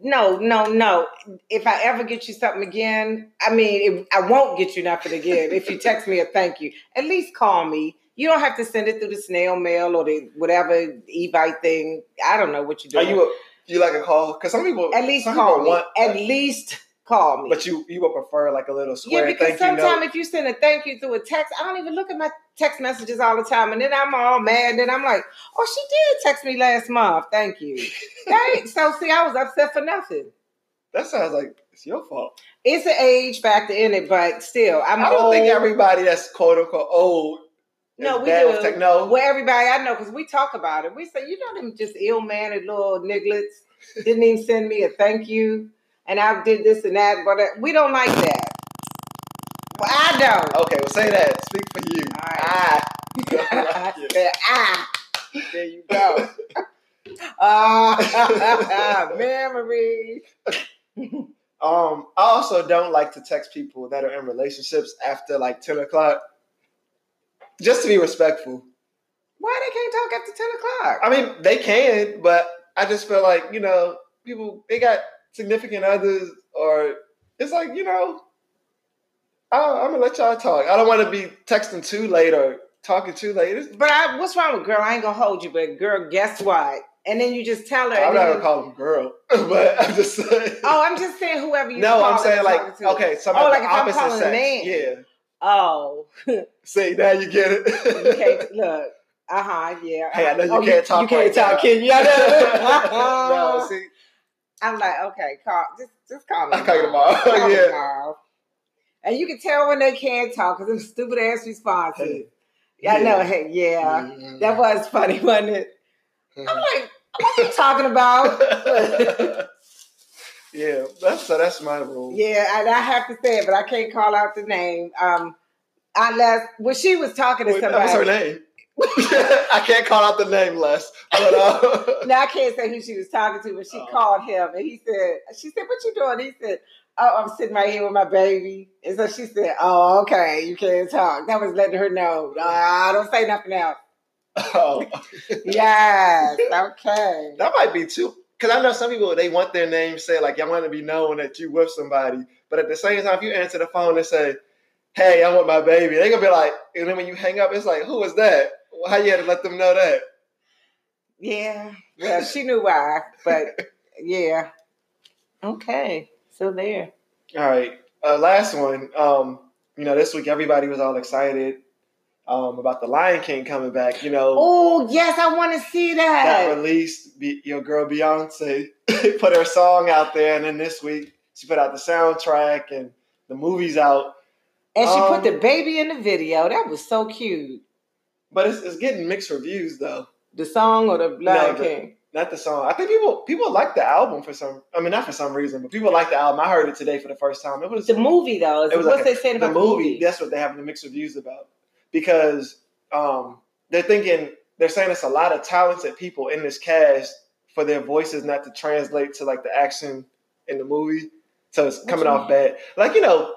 [SPEAKER 1] No, no, no. If I ever get you something again, I mean, it, I won't get you nothing again if you text me a thank you. At least call me. You don't have to send it through the snail mail or the whatever e-bite thing. I don't know what you do.
[SPEAKER 2] are you? A, you like a call? Because some people
[SPEAKER 1] at least
[SPEAKER 2] some
[SPEAKER 1] call
[SPEAKER 2] people
[SPEAKER 1] me.
[SPEAKER 2] want-
[SPEAKER 1] at least call me.
[SPEAKER 2] but you you would prefer like a little
[SPEAKER 1] Yeah,
[SPEAKER 2] square
[SPEAKER 1] because
[SPEAKER 2] thank you note.
[SPEAKER 1] sometimes if you send a thank you through a text, I don't even look at my text messages all the time, and then I'm all mad. And then I'm like, "Oh, she did text me last month. Thank you." Thanks. So see, I was upset for nothing.
[SPEAKER 2] that sounds like it's your fault.
[SPEAKER 1] It's an age factor in it, but still, I'm
[SPEAKER 2] I don't
[SPEAKER 1] old.
[SPEAKER 2] think everybody that's quote unquote old.
[SPEAKER 1] No,
[SPEAKER 2] is
[SPEAKER 1] we
[SPEAKER 2] bad
[SPEAKER 1] do.
[SPEAKER 2] with tech- no.
[SPEAKER 1] well, everybody I know, because we talk about it, we say, "You know them just ill-mannered little nigglets didn't even send me a thank you, and I did this and that." But uh, we don't like that. Well, I don't.
[SPEAKER 2] Okay, well say that. Speak for you.
[SPEAKER 1] All right.
[SPEAKER 2] Ah,
[SPEAKER 1] I said, ah,
[SPEAKER 2] there you
[SPEAKER 1] go. Ah, memories.
[SPEAKER 2] Um, I also don't like to text people that are in relationships after like ten o'clock, just to be respectful.
[SPEAKER 1] Why they can't talk after ten o'clock?
[SPEAKER 2] I mean, they can, but I just feel like you know, people they got significant others, or it's like you know, I, I'm gonna let y'all talk. I don't want to be texting too late or talking too late. It's-
[SPEAKER 1] But I, what's wrong with girl? I ain't gonna hold you, but girl, guess what? And then you just tell her.
[SPEAKER 2] I'm
[SPEAKER 1] and
[SPEAKER 2] not
[SPEAKER 1] then-
[SPEAKER 2] gonna call them girl, but I'm just saying.
[SPEAKER 1] oh, I'm just saying whoever you.
[SPEAKER 2] no, I'm
[SPEAKER 1] calling
[SPEAKER 2] saying
[SPEAKER 1] and
[SPEAKER 2] like
[SPEAKER 1] talking to.
[SPEAKER 2] okay, somebody
[SPEAKER 1] Oh, like
[SPEAKER 2] the
[SPEAKER 1] if I'm
[SPEAKER 2] opposite
[SPEAKER 1] calling a
[SPEAKER 2] sex.
[SPEAKER 1] man.
[SPEAKER 2] Yeah,
[SPEAKER 1] Oh,
[SPEAKER 2] see now you get it.
[SPEAKER 1] you can't look. Uh huh. Yeah.
[SPEAKER 2] Hey, I know you
[SPEAKER 3] Oh,
[SPEAKER 2] can't talk.
[SPEAKER 3] You can't
[SPEAKER 2] like
[SPEAKER 3] talk,
[SPEAKER 2] that.
[SPEAKER 3] can you? I know.
[SPEAKER 2] no, see,
[SPEAKER 1] I'm like, okay, call. Just, just call me.
[SPEAKER 2] I'll call you tomorrow.
[SPEAKER 1] Call me
[SPEAKER 2] Yeah.
[SPEAKER 1] tomorrow. And you can tell when they can't talk because them stupid ass responses. Yeah, I know. Hey, yeah,
[SPEAKER 2] Mhm.
[SPEAKER 1] that was funny, wasn't it? I'm like, what are you talking about?
[SPEAKER 2] Mhm. yeah, that's so. That's my rule.
[SPEAKER 1] Yeah, and I have to say it, but I can't call out the name. Um, unless well, she was talking to
[SPEAKER 2] Wait,
[SPEAKER 1] somebody.
[SPEAKER 2] that was her name. I can't call out the name, Les, but uh,
[SPEAKER 1] Now I can't say who she was talking to, but she
[SPEAKER 2] Oh.
[SPEAKER 1] called him and he said, She said, What you doing? He said, Oh, I'm sitting right here with my baby. And so she said, Oh, okay, you can't talk. That was letting her know. I don't say nothing else.
[SPEAKER 2] oh,
[SPEAKER 1] Yes, okay.
[SPEAKER 2] that might be too. Because I know some people they want their name said, like y'all want to be known that you with somebody, but at the same time, if you answer the phone and say, "Hey, I want my baby," they gonna be like, and then when you hang up, it's like, "Who is that?" Well, How you had to let them know that?
[SPEAKER 1] Yeah. Well, she knew why, but yeah. Okay. So there.
[SPEAKER 2] All right. Uh, last one. Um, you know, this week everybody was all excited um, about the Lion King coming back. You know,
[SPEAKER 1] Oh, yes, I want to see
[SPEAKER 2] that
[SPEAKER 1] that.
[SPEAKER 2] released be- your girl Beyonce put her song out there, and then this week she put out the soundtrack and the movie's out.
[SPEAKER 1] And she put
[SPEAKER 2] Um,
[SPEAKER 1] the baby in the video. That was so cute.
[SPEAKER 2] But it's, it's getting mixed reviews though.
[SPEAKER 1] The song or the
[SPEAKER 2] No,
[SPEAKER 1] Lion
[SPEAKER 2] the-
[SPEAKER 1] King?
[SPEAKER 2] Not the song. I think people people like the album for some. I mean, not for some reason, but people like the album. I heard it today for the first time. It was
[SPEAKER 1] The movie though.
[SPEAKER 2] It was
[SPEAKER 1] what's
[SPEAKER 2] like
[SPEAKER 1] they saying
[SPEAKER 2] the
[SPEAKER 1] about
[SPEAKER 2] movie. That's what they're having the mixed reviews about because um, they're thinking they're saying it's a lot of talented people in this cast for their voices not to translate to like the action in the movie, so it's
[SPEAKER 1] What
[SPEAKER 2] coming
[SPEAKER 1] you
[SPEAKER 2] off bad. Like you know,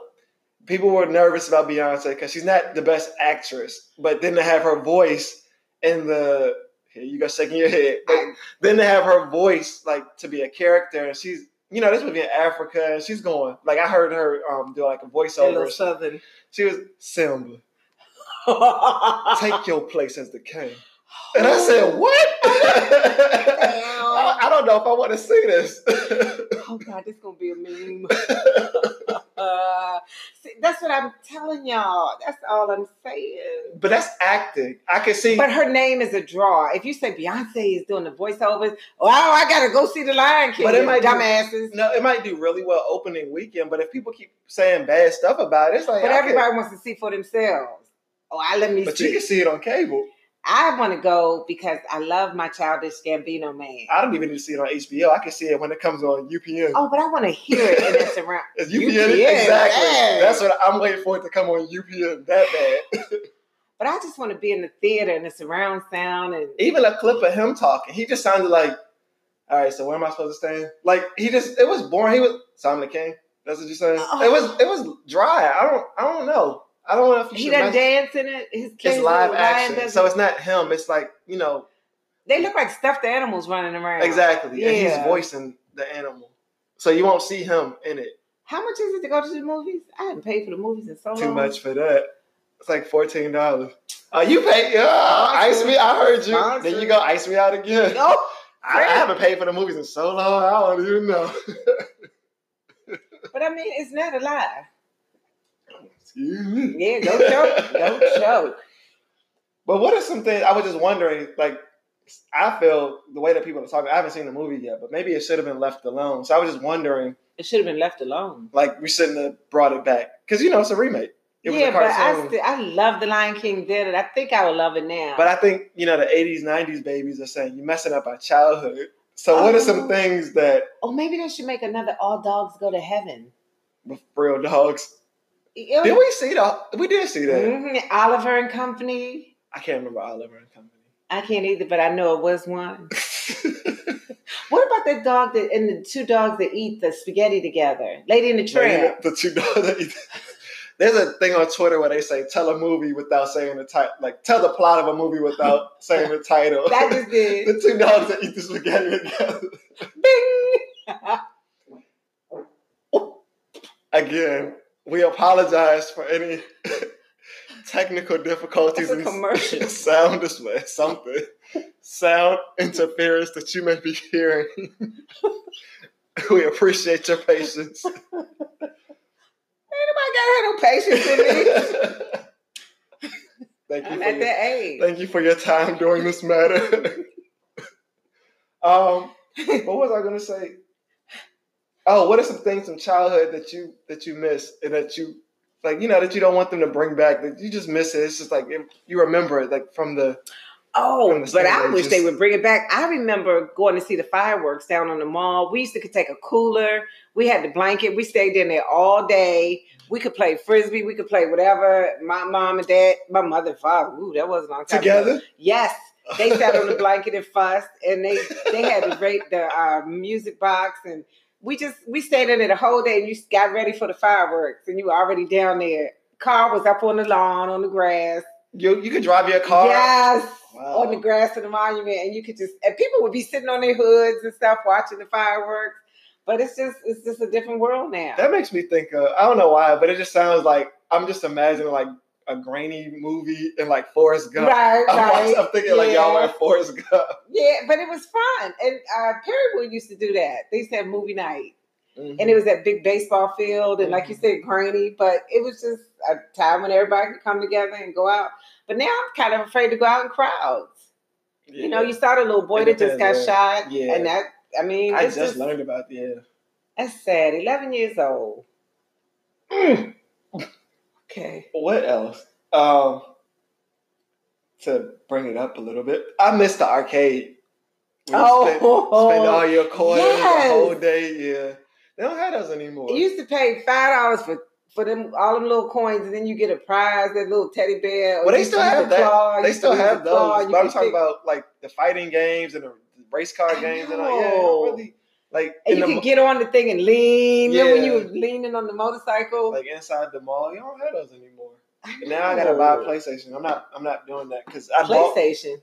[SPEAKER 2] people were nervous about Beyonce because she's not the best actress, but then to have her voice in the here you go shaking your head. But then to have her voice like to be a character, and she's you know this would be in Africa, and she's going like I heard her um, do like a voiceover.
[SPEAKER 1] Southern.
[SPEAKER 2] She was Simba,
[SPEAKER 1] Take
[SPEAKER 2] take your place as the king, and I said what? I
[SPEAKER 1] Oh
[SPEAKER 2] I don't know if I want to see this.
[SPEAKER 1] God, this gonna be a meme. Uh, see, that's what I'm telling y'all. That's all I'm saying.
[SPEAKER 2] but that's acting. I can see.
[SPEAKER 1] But her name is a draw. If you say Beyonce is doing the voiceovers, oh, I gotta go see the Lion King.
[SPEAKER 2] But it might be-
[SPEAKER 1] dumbasses.
[SPEAKER 2] no, it might do really well opening weekend, but if people keep saying bad stuff about it, it's like
[SPEAKER 1] But
[SPEAKER 2] I can-
[SPEAKER 1] everybody wants to see for themselves. Oh, I let me
[SPEAKER 2] But you
[SPEAKER 1] see.
[SPEAKER 2] can see it on cable.
[SPEAKER 1] I want to go because I love my childish Gambino man.
[SPEAKER 2] I don't even need to see it on HBO. I can see it when it comes on UPN.
[SPEAKER 1] oh, but I want to hear it in its surround.
[SPEAKER 2] It's UPN,
[SPEAKER 1] UPN,
[SPEAKER 2] exactly.
[SPEAKER 1] dang.
[SPEAKER 2] That's what I'm waiting for it to come on UPN that bad.
[SPEAKER 1] But I just want to be in the theater and the surround sound and
[SPEAKER 2] Even a clip of him talking, he just sounded like, "All right, so where am I supposed to stand?" Like he just, it was boring. He was, so I'm the king. That's what you're saying.
[SPEAKER 1] Oh.
[SPEAKER 2] It was, it was dry. I don't, I don't know. I don't know if you
[SPEAKER 1] he
[SPEAKER 2] should.
[SPEAKER 1] doesn't
[SPEAKER 2] mess-
[SPEAKER 1] dance in it. His kids
[SPEAKER 2] it's live
[SPEAKER 1] lion
[SPEAKER 2] action,
[SPEAKER 1] doesn't-
[SPEAKER 2] so it's not him. It's like you know
[SPEAKER 1] they look like stuffed animals running around.
[SPEAKER 2] exactly, and he's
[SPEAKER 1] Yeah.
[SPEAKER 2] voicing the animal, so you won't see him in it
[SPEAKER 1] How much is it to go to the movies? I hadn't paid for the movies in so long.
[SPEAKER 2] too much for that. It's like fourteen dollars. Uh, you pay, yeah, ice me. I heard you.
[SPEAKER 1] Sponsor.
[SPEAKER 2] Then you go ice me out again.
[SPEAKER 1] No,
[SPEAKER 2] I, I haven't paid for the movies in so long. I don't even know.
[SPEAKER 1] but I mean, it's not a lie.
[SPEAKER 2] Excuse me.
[SPEAKER 1] Yeah, don't choke. don't choke.
[SPEAKER 2] But what are some things? I was just wondering. Like, I feel the way that people are talking. I haven't seen the movie yet, but maybe it should have been left alone. So I was just wondering.
[SPEAKER 1] It should have been left alone.
[SPEAKER 2] Like, we shouldn't have brought it back because you know it's a remake. It was
[SPEAKER 1] yeah,
[SPEAKER 2] a
[SPEAKER 1] but
[SPEAKER 2] cartoon.
[SPEAKER 1] I, still, I love the Lion King did it. I think I would love it now.
[SPEAKER 2] But I think you know the '80s, '90s babies are saying you're messing up our childhood. So what are some
[SPEAKER 1] Oh.
[SPEAKER 2] things that
[SPEAKER 1] or maybe they should make another All Dogs Go to Heaven.
[SPEAKER 2] with real dogs?
[SPEAKER 1] It-
[SPEAKER 2] Did we see that? We did see that.
[SPEAKER 1] Mhm, Oliver and Company.
[SPEAKER 2] I can't remember Oliver and Company.
[SPEAKER 1] I can't either, but I know it was one. What about that dog that and the two dogs that eat the spaghetti together? Lady in the
[SPEAKER 2] Lady-
[SPEAKER 1] Tramp.
[SPEAKER 2] the two dogs. There's a thing on Twitter where they say tell a movie without saying the title, like tell the plot of a movie without saying the title.
[SPEAKER 1] That just did.
[SPEAKER 2] the two dogs that eat the spaghetti together.
[SPEAKER 1] Bing.
[SPEAKER 2] Again, we apologize for any technical difficulties
[SPEAKER 1] It's a
[SPEAKER 2] and
[SPEAKER 1] commercial.
[SPEAKER 2] sound display, something, sound interference that you may be hearing. we appreciate your patience.
[SPEAKER 1] Ain't nobody got no patience in me.
[SPEAKER 2] Thank you.
[SPEAKER 1] I'm
[SPEAKER 2] for
[SPEAKER 1] at
[SPEAKER 2] your-
[SPEAKER 1] that age.
[SPEAKER 2] Thank you for your time during this matter. um, what was I gonna say? Oh, what are some things from childhood that you that you miss and that you like? You know that you don't want them to bring back. That you just miss it. It's just like you remember it, like from the
[SPEAKER 1] Oh,
[SPEAKER 2] From the
[SPEAKER 1] but I
[SPEAKER 2] standard,
[SPEAKER 1] wish they
[SPEAKER 2] just-
[SPEAKER 1] would bring it back. I remember going to see the fireworks down on the mall. We used to could take a cooler. We had the blanket. We stayed in there all day. We could play frisbee. We could play whatever. My mom and dad, my mother, and father. Ooh, that was a long time ago.
[SPEAKER 2] together.
[SPEAKER 1] Yes, they sat on the blanket and fussed, and they they had the rate the uh, music box, and we just we stayed in it the whole day, and you got ready for the fireworks, and you were already down there. Car was up on the lawn on the grass.
[SPEAKER 2] You you could drive your car.
[SPEAKER 1] Yes.
[SPEAKER 2] Oh, Wow.
[SPEAKER 1] On the grass of the monument, and you could just and people would be sitting on their hoods and stuff watching the fireworks. But it's just it's just a different world now.
[SPEAKER 2] That makes me think of I don't know why, but it just sounds like I'm just imagining like a grainy movie and like Forrest Gump.
[SPEAKER 1] right,
[SPEAKER 2] I'm,
[SPEAKER 1] right.
[SPEAKER 2] I'm thinking like
[SPEAKER 1] Yeah.
[SPEAKER 2] y'all are Forrest Gump.
[SPEAKER 1] Yeah, but it was fun. And uh Perrywood used to do that. They used to have movie night. And it was that big baseball field and
[SPEAKER 2] Mm-hmm.
[SPEAKER 1] like you said, grainy, but it was just a time when everybody could come together and go out. But now I'm kind of afraid to go out in crowds. You know, you saw the little boy
[SPEAKER 2] It
[SPEAKER 1] that just got
[SPEAKER 2] depends, yeah.
[SPEAKER 1] shot.
[SPEAKER 2] Yeah.
[SPEAKER 1] And that I mean
[SPEAKER 2] I
[SPEAKER 1] it's
[SPEAKER 2] just learned about the uh, yeah.
[SPEAKER 1] That's sad. Eleven years old.
[SPEAKER 2] Mm.
[SPEAKER 1] Okay.
[SPEAKER 2] What else? Um, to bring it up a little bit, I miss the arcade. Where you spend, spend all your coins
[SPEAKER 1] Oh, yes.
[SPEAKER 2] the whole day. Yeah, they don't have those anymore.
[SPEAKER 1] you used to pay five dollars for for them all them little coins, and then you get a prize, that little teddy bear. or
[SPEAKER 2] Well, they
[SPEAKER 1] you
[SPEAKER 2] still
[SPEAKER 1] use
[SPEAKER 2] have
[SPEAKER 1] a
[SPEAKER 2] that.
[SPEAKER 1] claw,
[SPEAKER 2] they
[SPEAKER 1] you
[SPEAKER 2] still
[SPEAKER 1] can use
[SPEAKER 2] have
[SPEAKER 1] a claw,
[SPEAKER 2] those,
[SPEAKER 1] you
[SPEAKER 2] but I'm
[SPEAKER 1] can
[SPEAKER 2] talking
[SPEAKER 1] pick-
[SPEAKER 2] about like the fighting games and the race car
[SPEAKER 1] I
[SPEAKER 2] games and all. Yeah, I don't really like
[SPEAKER 1] And
[SPEAKER 2] in
[SPEAKER 1] you
[SPEAKER 2] the
[SPEAKER 1] could get on the thing and lean. Remember when you
[SPEAKER 2] Yeah.
[SPEAKER 1] were leaning on the motorcycle?
[SPEAKER 2] mo- like inside the mall. You don't have those anymore. And now I gotta buy a PlayStation. I'm not. I'm not doing that because I bought.
[SPEAKER 1] PlayStation.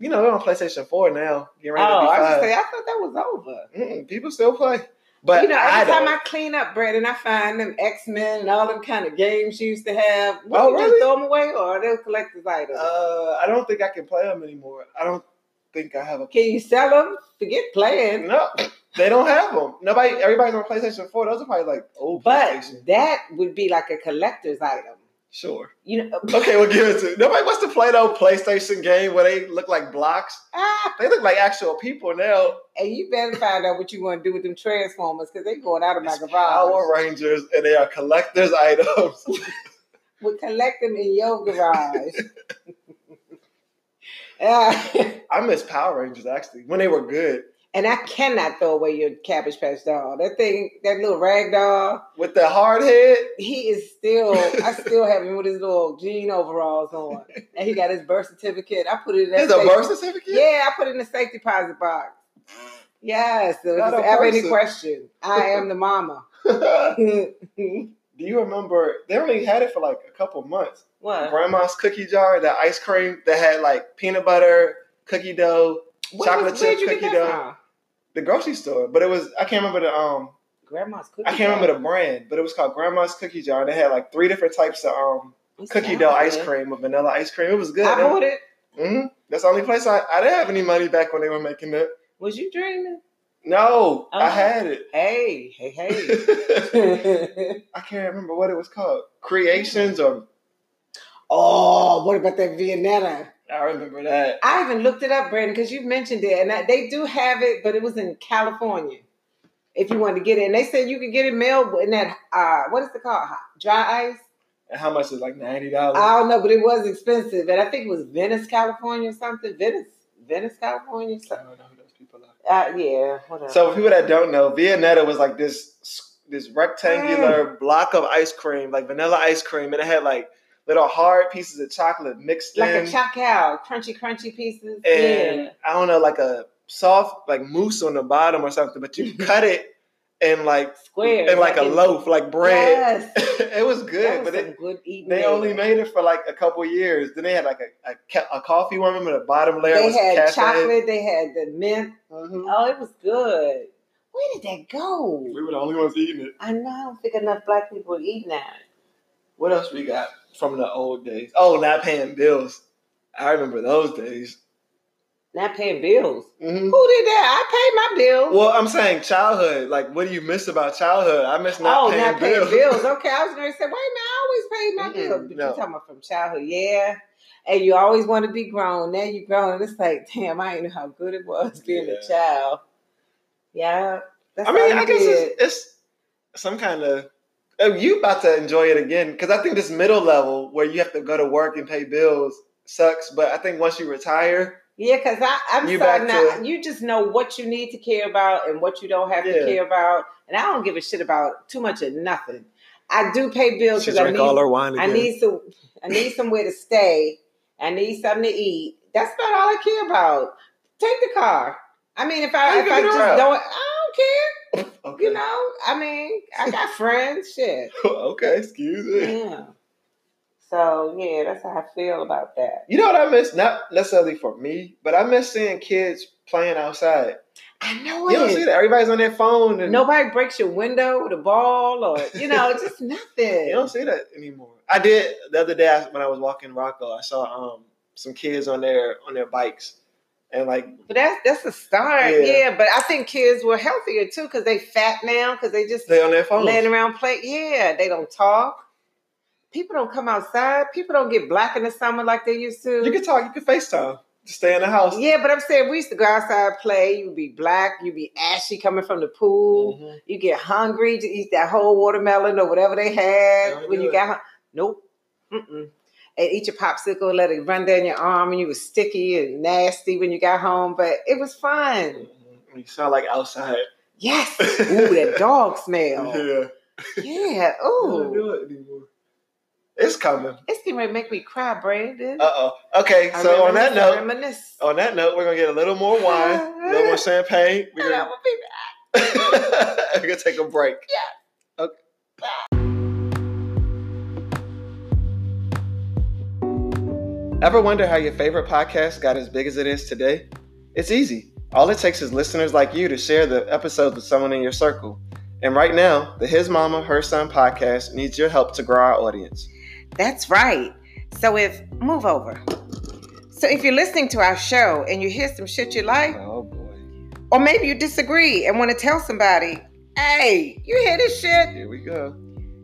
[SPEAKER 2] You know they're on PlayStation Four now. Getting ready
[SPEAKER 1] Oh,
[SPEAKER 2] to be
[SPEAKER 1] I was
[SPEAKER 2] five.
[SPEAKER 1] gonna say I thought that was over.
[SPEAKER 2] Mm, people still play, but
[SPEAKER 1] you know,
[SPEAKER 2] I
[SPEAKER 1] every
[SPEAKER 2] don't.
[SPEAKER 1] time I clean up, Brandon, I find them X Men and all them kind of games you used to have. What,
[SPEAKER 2] Oh,
[SPEAKER 1] you just
[SPEAKER 2] really?
[SPEAKER 1] throw them away, or are they collector's items?
[SPEAKER 2] Uh, I don't think I can play them anymore. I don't think I have a.
[SPEAKER 1] Can you sell them? Forget playing.
[SPEAKER 2] No, they don't have them. Nobody, everybody's on PlayStation Four. Those are probably like old
[SPEAKER 1] But
[SPEAKER 2] PlayStation.
[SPEAKER 1] that would be like a collector's item.
[SPEAKER 2] Sure.
[SPEAKER 1] You know,
[SPEAKER 2] Okay, we'll give it to nobody. Wants to play that old PlayStation game where they look like blocks?
[SPEAKER 1] ah,
[SPEAKER 2] They look like actual people now.
[SPEAKER 1] and you better find out what you want to do with them Transformers because they going out of my
[SPEAKER 2] It's
[SPEAKER 1] garage.
[SPEAKER 2] Power Rangers, and they are collectors' items.
[SPEAKER 1] We'll collect them in your garage. Ah,
[SPEAKER 2] I miss Power Rangers actually when they were good
[SPEAKER 1] and I cannot throw away your Cabbage Patch doll. That thing, that little rag doll.
[SPEAKER 2] with the hard head.
[SPEAKER 1] he is still I still have him with his little jean overalls on. And he got his birth certificate. I put it in that
[SPEAKER 2] There's a
[SPEAKER 1] safe-
[SPEAKER 2] birth certificate.
[SPEAKER 1] Yeah, I put it in the safe deposit box. Yes. So if
[SPEAKER 2] Not
[SPEAKER 1] you
[SPEAKER 2] a
[SPEAKER 1] have any
[SPEAKER 2] person.
[SPEAKER 1] question, I am the mama. what?
[SPEAKER 2] Do you remember? They only had it for like a couple months. grandma's cookie jar, that ice cream that had like peanut butter, cookie dough,
[SPEAKER 1] Where
[SPEAKER 2] chocolate
[SPEAKER 1] was-
[SPEAKER 2] chip
[SPEAKER 1] where'd you get
[SPEAKER 2] cookie
[SPEAKER 1] that
[SPEAKER 2] dough.
[SPEAKER 1] from?
[SPEAKER 2] the grocery store. But it was I can't remember the um
[SPEAKER 1] Grandma's cookie.
[SPEAKER 2] I can't remember the brand, but it was called Grandma's Cookie Jar, and they had like three different types of um
[SPEAKER 1] the
[SPEAKER 2] cookie dough ice cream with vanilla ice cream. It was good.
[SPEAKER 1] I bought it.
[SPEAKER 2] hmm That's the only place I, I didn't have any money back when they were making it.
[SPEAKER 1] Was you dreaming?
[SPEAKER 2] No, I
[SPEAKER 1] Oh.
[SPEAKER 2] had it.
[SPEAKER 1] Hey, hey, hey.
[SPEAKER 2] I can't remember what it was called. Creations or
[SPEAKER 1] oh, what about that Viennetta?
[SPEAKER 2] I remember that.
[SPEAKER 1] I even looked it up, Brandon, because you mentioned it, and I, they do have it, but it was in California. If you wanted to get it, and they said you could get it mailed in that uh, what is it called, Hot- dry ice?
[SPEAKER 2] And how much is like ninety dollars?
[SPEAKER 1] I don't know, but it was expensive, and I think it was Venice, California, or something. Venice, Venice, California.
[SPEAKER 2] I
[SPEAKER 1] So,
[SPEAKER 2] don't know who those people are.
[SPEAKER 1] uh, yeah, whatever.
[SPEAKER 2] So for people that don't know, Viennetta was like this this rectangular
[SPEAKER 1] Mm.
[SPEAKER 2] block of ice cream, like vanilla ice cream, and it had like little hard pieces of chocolate mixed
[SPEAKER 1] like
[SPEAKER 2] in,
[SPEAKER 1] a chacal, crunchy, crunchy pieces.
[SPEAKER 2] and
[SPEAKER 1] yeah.
[SPEAKER 2] I don't know, like a soft like mousse on the bottom or something. But you cut it and like
[SPEAKER 1] square
[SPEAKER 2] and like a loaf, like bread.
[SPEAKER 1] Yes,
[SPEAKER 2] it was
[SPEAKER 1] that
[SPEAKER 2] good,
[SPEAKER 1] was
[SPEAKER 2] but
[SPEAKER 1] some
[SPEAKER 2] it,
[SPEAKER 1] good eating.
[SPEAKER 2] they
[SPEAKER 1] there.
[SPEAKER 2] only made it for like a couple years. Then they had like a a, ca- a coffee one, remember the bottom layer
[SPEAKER 1] They
[SPEAKER 2] was
[SPEAKER 1] had
[SPEAKER 2] cast iron.
[SPEAKER 1] chocolate. They had the mint.
[SPEAKER 2] Mhm.
[SPEAKER 1] Oh, it was good. Where did that go?
[SPEAKER 2] We were the only ones eating it.
[SPEAKER 1] I know I don't think enough black people are eating that.
[SPEAKER 2] What else we got from the old days? Oh, not paying bills. I remember those days.
[SPEAKER 1] Not paying bills.
[SPEAKER 2] hmm
[SPEAKER 1] Who did that? I paid my bills.
[SPEAKER 2] Well, I'm saying childhood. Like, what do you miss about childhood? I miss not,
[SPEAKER 1] oh,
[SPEAKER 2] paying,
[SPEAKER 1] not paying
[SPEAKER 2] bills.
[SPEAKER 1] bills. Okay, I was going to say, wait a minute, I always paid my
[SPEAKER 2] Mm-mm,
[SPEAKER 1] bills. But
[SPEAKER 2] no.
[SPEAKER 1] you're talking about from childhood. Yeah. and you always want to be grown. Now you're grown, and it's like, damn, I ain't know how good it was being
[SPEAKER 2] Yeah.
[SPEAKER 1] a child. Yeah, that's
[SPEAKER 2] I mean,
[SPEAKER 1] all you
[SPEAKER 2] I guess
[SPEAKER 1] did.
[SPEAKER 2] it's, it's some kind of. Oh, you about to enjoy it again because I think this middle level where you have to go to work and pay bills sucks. But I think once you retire,
[SPEAKER 1] Yeah, because I'm
[SPEAKER 2] You
[SPEAKER 1] sorry
[SPEAKER 2] back
[SPEAKER 1] now.
[SPEAKER 2] to-
[SPEAKER 1] you just know what you need to care about and what you don't have
[SPEAKER 2] Yeah.
[SPEAKER 1] to care about. And I don't give a shit about too much of nothing. I do pay bills because I need
[SPEAKER 2] her wine
[SPEAKER 1] I need some. I need somewhere to stay. I need something to eat. That's about all I care about. Take the car. I mean, if
[SPEAKER 2] How
[SPEAKER 1] I
[SPEAKER 2] you
[SPEAKER 1] if I
[SPEAKER 2] figure
[SPEAKER 1] just
[SPEAKER 2] it out?
[SPEAKER 1] don't, I don't care.
[SPEAKER 2] Okay.
[SPEAKER 1] You know, I mean, I got friends. Shit.
[SPEAKER 2] okay, excuse me.
[SPEAKER 1] Yeah. So yeah, that's how I feel about that.
[SPEAKER 2] You know what I miss? Not necessarily for me, but I miss seeing kids playing outside.
[SPEAKER 1] I know
[SPEAKER 2] You don't see
[SPEAKER 1] it.
[SPEAKER 2] that. Everybody's on their phone, and
[SPEAKER 1] Nobody breaks your window with a ball or you know, just
[SPEAKER 2] you don't
[SPEAKER 1] nothing.
[SPEAKER 2] see that anymore. I did the other day I- when I was walking Rocco. I saw um some kids on their on their bikes, and like
[SPEAKER 1] But that's that's a start.
[SPEAKER 2] Yeah.
[SPEAKER 1] Yeah. but I think kids were healthier too because they fat now because they just
[SPEAKER 2] they on their phones.
[SPEAKER 1] laying around play. Yeah, they don't talk. People don't come outside. People don't get black in the summer like they used to.
[SPEAKER 2] You can talk. You can Facetime. Just stay in the house.
[SPEAKER 1] yeah, but I'm saying we used to go outside play. You'd be black. You'd be ashy coming from the pool.
[SPEAKER 2] Mhm.
[SPEAKER 1] You get hungry to eat that whole watermelon or whatever they had
[SPEAKER 2] Don't
[SPEAKER 1] when
[SPEAKER 2] do
[SPEAKER 1] you
[SPEAKER 2] it.
[SPEAKER 1] got home. Nope. Mm-mm. And eat your popsicle and let it run down your arm, and you was sticky and nasty when you got home, but it was fun.
[SPEAKER 2] Mhm. You sound like outside.
[SPEAKER 1] Yes. Ooh, that dog smell.
[SPEAKER 2] Yeah.
[SPEAKER 1] Yeah.
[SPEAKER 2] You don't
[SPEAKER 1] Ooh.
[SPEAKER 2] do it anymore. It's coming.
[SPEAKER 1] It's getting ready to make me cry, Brandon.
[SPEAKER 2] Uh oh. Okay.
[SPEAKER 1] I
[SPEAKER 2] So on that
[SPEAKER 1] reminisce, I
[SPEAKER 2] note. oh,
[SPEAKER 1] reminisce.
[SPEAKER 2] On that note, we're gonna get a little more wine, a little more champagne. We're
[SPEAKER 1] And I
[SPEAKER 2] gonna,
[SPEAKER 1] will be back.
[SPEAKER 2] we're gonna take a break. Yeah. Okay.
[SPEAKER 1] Ah.
[SPEAKER 2] Ever wonder how your favorite podcast got as big as it is today? It's easy. All it takes is listeners like you to share the episodes with someone in your circle. And right now, the His Mama, Her Son podcast needs your help to grow our audience.
[SPEAKER 1] That's right. So if move over. So if you're listening to our show and you hear some shit you like,
[SPEAKER 2] Oh boy.
[SPEAKER 1] or maybe you disagree and want to tell somebody, hey, you hear this shit?
[SPEAKER 2] Here we go.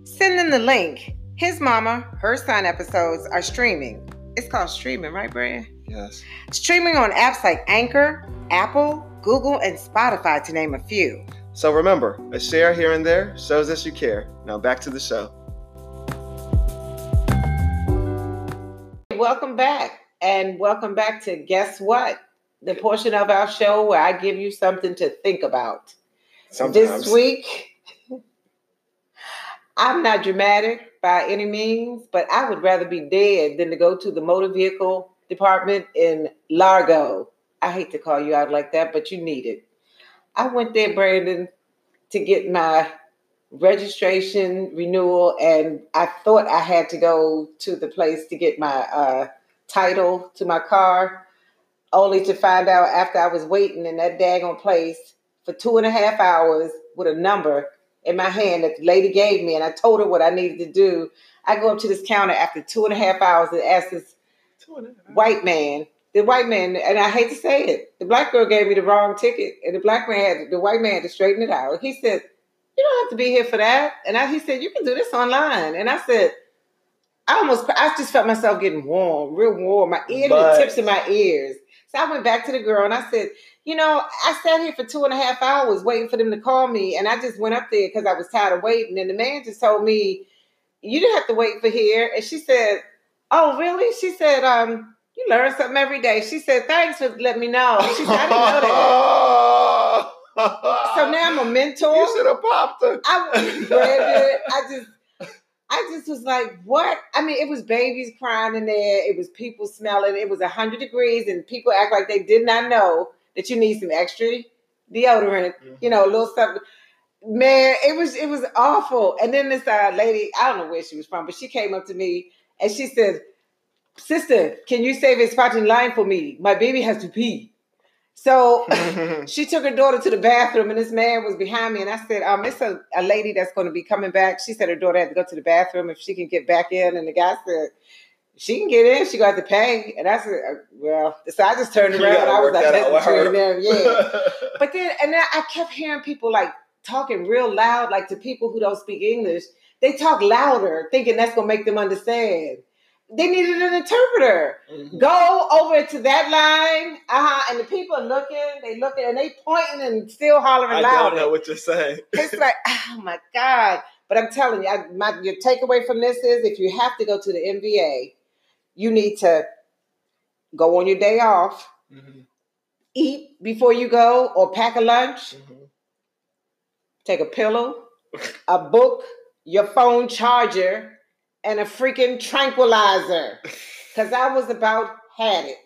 [SPEAKER 1] Send them the link. His mama, her son episodes are streaming. It's called streaming, right, Brand?
[SPEAKER 2] Yes.
[SPEAKER 1] Streaming on apps like Anchor, Apple, Google, and Spotify, to name a few.
[SPEAKER 2] So remember, a share here and there shows us you care. Now back to the show.
[SPEAKER 1] Welcome back. And welcome back to Guess What? The portion of our show where I give you something to think about. This week, I'm not dramatic by any means, but I would rather be dead than to go to the motor vehicle department in Largo. I hate to call you out like that, but you need it. I went there, Brandon, to get my registration renewal, and I thought I had to go to the place to get my uh, title to my car, only to find out after I was waiting in that daggone place for two and a half hours with a number in my hand that the lady gave me, and I told her what I needed to do. I go up to this counter after two and a half hours and ask this white man. The white man, and I hate to say it, the black girl gave me the wrong ticket, and the black man had the white man had to straighten it out. He said, "You don't have to be here for that," and I, he said, "You can do this online." And I said, "I almost, I just felt myself getting warm, real warm, my ear,
[SPEAKER 2] But-
[SPEAKER 1] the tips of my ears." So I went back to the girl and I said, "You know, I sat here for two and a half hours waiting for them to call me, and I just went up there because I was tired of waiting." And the man just told me, "You didn't have to wait for here," and she said. Oh, really? She said, um, you learn something every day. She said, thanks for letting me know. She said, I didn't know that. So now I'm a mentor.
[SPEAKER 2] you should have popped her.
[SPEAKER 1] I Brandon, I just I just was like, what? I mean, it was babies crying in there, it was people smelling, it was hundred degrees, and people act like they did not know that you need some extra deodorant, you know, a little something. Man, it was it was awful. And then this uh, lady, I don't know where she was from, but she came up to me and she said, Sister, can you save a spot in line for me? My baby has to pee. So she took her daughter to the bathroom, and this man was behind me. And I said, um, it's a, a lady that's going to be coming back. She said her daughter had to go to the bathroom if she can get back in. And the guy said, she can get in. She got to pay. And I said, uh, well, so I just turned
[SPEAKER 2] You
[SPEAKER 1] around.
[SPEAKER 2] gotta
[SPEAKER 1] I was
[SPEAKER 2] work
[SPEAKER 1] like,
[SPEAKER 2] that out
[SPEAKER 1] that's
[SPEAKER 2] with her.
[SPEAKER 1] between them. Yeah. But then, and then I kept hearing people like talking real loud, like to people who don't speak English. They talk louder, thinking that's gonna make them understand. they needed an interpreter.
[SPEAKER 2] Mhm.
[SPEAKER 1] Go over to that line, uh-huh, and the people are looking, they looking, and they pointing and still hollering
[SPEAKER 2] I
[SPEAKER 1] loud.
[SPEAKER 2] don't know what you're saying.
[SPEAKER 1] It's like, oh my God. But I'm telling you, I, my, your takeaway from this is if you have to go to the NBA, you need to go on your day off,
[SPEAKER 2] Mhm,
[SPEAKER 1] eat before you go, or pack a lunch,
[SPEAKER 2] mhm.
[SPEAKER 1] take a pillow, a book, your phone charger, and a freaking tranquilizer. Because I was about had it.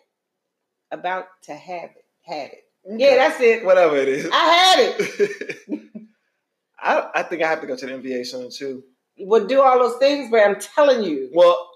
[SPEAKER 1] About to have it. Had it. Yeah, that's it.
[SPEAKER 2] Whatever it is.
[SPEAKER 1] I had it.
[SPEAKER 2] I, I think I have to go to the NBA soon too.
[SPEAKER 1] We'll do all those things, but I'm telling you.
[SPEAKER 2] Well,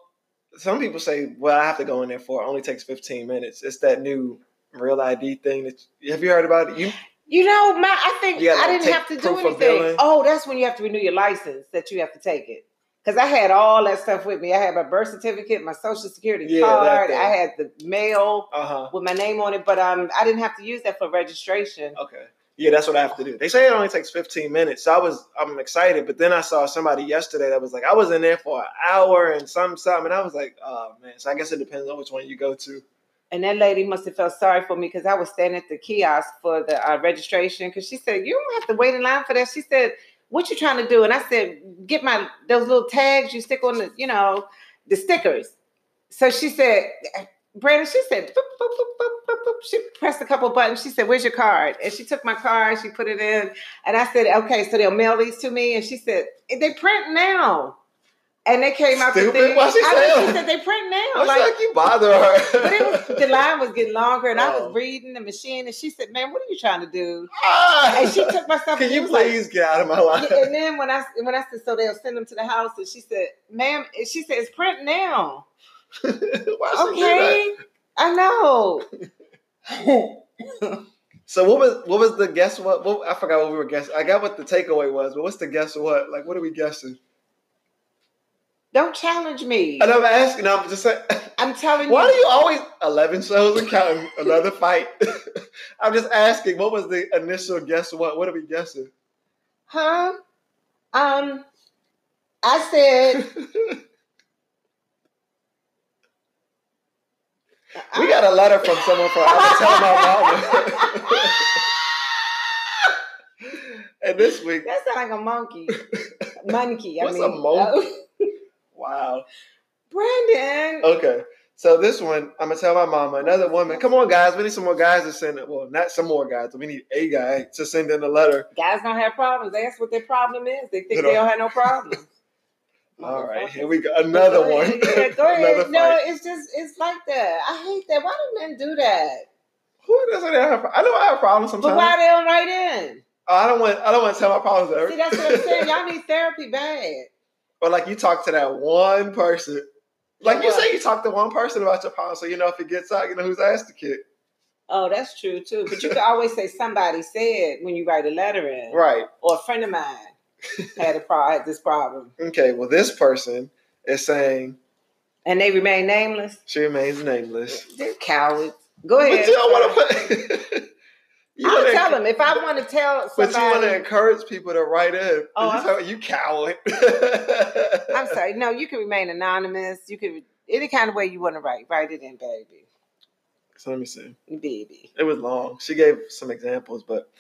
[SPEAKER 2] some people say, "Well, I have to go in there for it only takes 15 minutes." It's that new real ID thing that have you heard about it? You
[SPEAKER 1] You know, my I think
[SPEAKER 2] You gotta
[SPEAKER 1] I didn't
[SPEAKER 2] take
[SPEAKER 1] have to do
[SPEAKER 2] proof of
[SPEAKER 1] anything.
[SPEAKER 2] billing.
[SPEAKER 1] Oh, that's when you have to renew your license that you have to take it. Because I had all that stuff with me. I had my birth certificate, my social security
[SPEAKER 2] Yeah, that
[SPEAKER 1] card.
[SPEAKER 2] thing.
[SPEAKER 1] I had the mail
[SPEAKER 2] uh huh.
[SPEAKER 1] with my name on it, but um, I didn't have to use that for registration.
[SPEAKER 2] Okay. Yeah, that's what I have to do. They say it only takes 15 minutes. So I was I'm excited, but then I saw somebody yesterday that was like, I was in there for an hour and some something, and I was like, oh man. So I guess it depends on which one you go to.
[SPEAKER 1] And that lady must have felt sorry for me because I was standing at the kiosk for the uh, registration. Because she said, "You don't have to wait in line for that." She said, "What you trying to do?" And I said, "Get my those little tags you stick on the, you know, the stickers." So she said, "Brandon," she said, boop, boop, boop, boop, boop, boop. She pressed a couple buttons. She said, "Where's your card?" And she took my card. She put it in, and I said, "Okay, so they'll mail these to me." And she said, "They print now." And they came out
[SPEAKER 2] Stupid.
[SPEAKER 1] the thing.
[SPEAKER 2] Why she
[SPEAKER 1] I
[SPEAKER 2] say
[SPEAKER 1] mean, she
[SPEAKER 2] that?
[SPEAKER 1] said they print now.
[SPEAKER 2] I was like, you bother her.
[SPEAKER 1] But it was the line was getting longer, and I
[SPEAKER 2] Oh.
[SPEAKER 1] was reading the machine, and she said, "Man, what are you trying to do?"
[SPEAKER 2] Ah!
[SPEAKER 1] And she took myself.
[SPEAKER 2] Can
[SPEAKER 1] she
[SPEAKER 2] you
[SPEAKER 1] was like-
[SPEAKER 2] please get out of my life?
[SPEAKER 1] Yeah, and then when I when I said, "So they'll send them to the house," and she said, "Ma'am," and she said, "It's print now."
[SPEAKER 2] Why she do that?
[SPEAKER 1] Okay, I know.
[SPEAKER 2] So what was what was the guess what? what I forgot what we were guessing. I got what the takeaway was, but what's the guess what? Like what are we guessing?
[SPEAKER 1] Don't challenge me.
[SPEAKER 2] And I'm asking. I'm just saying.
[SPEAKER 1] I'm telling
[SPEAKER 2] Why
[SPEAKER 1] you.
[SPEAKER 2] do you always eleven shows and counting another fight? I'm just asking. What was the initial guess what? What are we guessing?
[SPEAKER 1] Huh? Um, I said
[SPEAKER 2] we got a letter from someone from Alabama, and this week,
[SPEAKER 1] that sounds like a monkey. Monkey. I
[SPEAKER 2] What's a
[SPEAKER 1] mean, uh,
[SPEAKER 2] monkey? wow.
[SPEAKER 1] Brandon.
[SPEAKER 2] Okay. So this one, I'm gonna tell my mama. Another woman. Come on, guys. We need some more guys to send. it. Well, not some more guys. But we need a guy to send in a letter.
[SPEAKER 1] Guys don't have problems. That's what their problem is. They
[SPEAKER 2] You
[SPEAKER 1] think
[SPEAKER 2] know.
[SPEAKER 1] they don't have no problems.
[SPEAKER 2] All right. Here we go. Another
[SPEAKER 1] Go
[SPEAKER 2] one.
[SPEAKER 1] ahead. Yeah, go ahead.
[SPEAKER 2] Another
[SPEAKER 1] no,
[SPEAKER 2] fight.
[SPEAKER 1] it's just it's like that. I hate that. Why do men do that?
[SPEAKER 2] Who doesn't have? I know I have problems
[SPEAKER 1] But
[SPEAKER 2] sometimes.
[SPEAKER 1] why they don't write in?
[SPEAKER 2] Oh, I don't want. I don't want to tell my problems to
[SPEAKER 1] See,
[SPEAKER 2] everyone.
[SPEAKER 1] that's what I'm saying. Y'all need therapy bad.
[SPEAKER 2] or like you talk to that one person. Like you
[SPEAKER 1] What?
[SPEAKER 2] say, you talk to one person about your problems, so you know if it gets out, you know who's asked to kick.
[SPEAKER 1] Oh, that's true too. But you can always say somebody said when you write a letter in,
[SPEAKER 2] Right.
[SPEAKER 1] or a friend of mine had a pro- had this problem,
[SPEAKER 2] Okay. Well, this person is saying
[SPEAKER 1] and they remain nameless.
[SPEAKER 2] she remains nameless.
[SPEAKER 1] They're cowards. Go ahead.
[SPEAKER 2] But you don't want to put. You
[SPEAKER 1] I'll
[SPEAKER 2] wanna-
[SPEAKER 1] tell them if I want to tell
[SPEAKER 2] But
[SPEAKER 1] somebody.
[SPEAKER 2] you want to encourage people to write in.
[SPEAKER 1] Oh,
[SPEAKER 2] you,
[SPEAKER 1] I'm-
[SPEAKER 2] tell- you coward.
[SPEAKER 1] I'm sorry. No, you can remain anonymous. You can any kind of way you want to write. Write it in, baby,
[SPEAKER 2] So let me see.
[SPEAKER 1] baby.
[SPEAKER 2] It was long. She gave some examples, but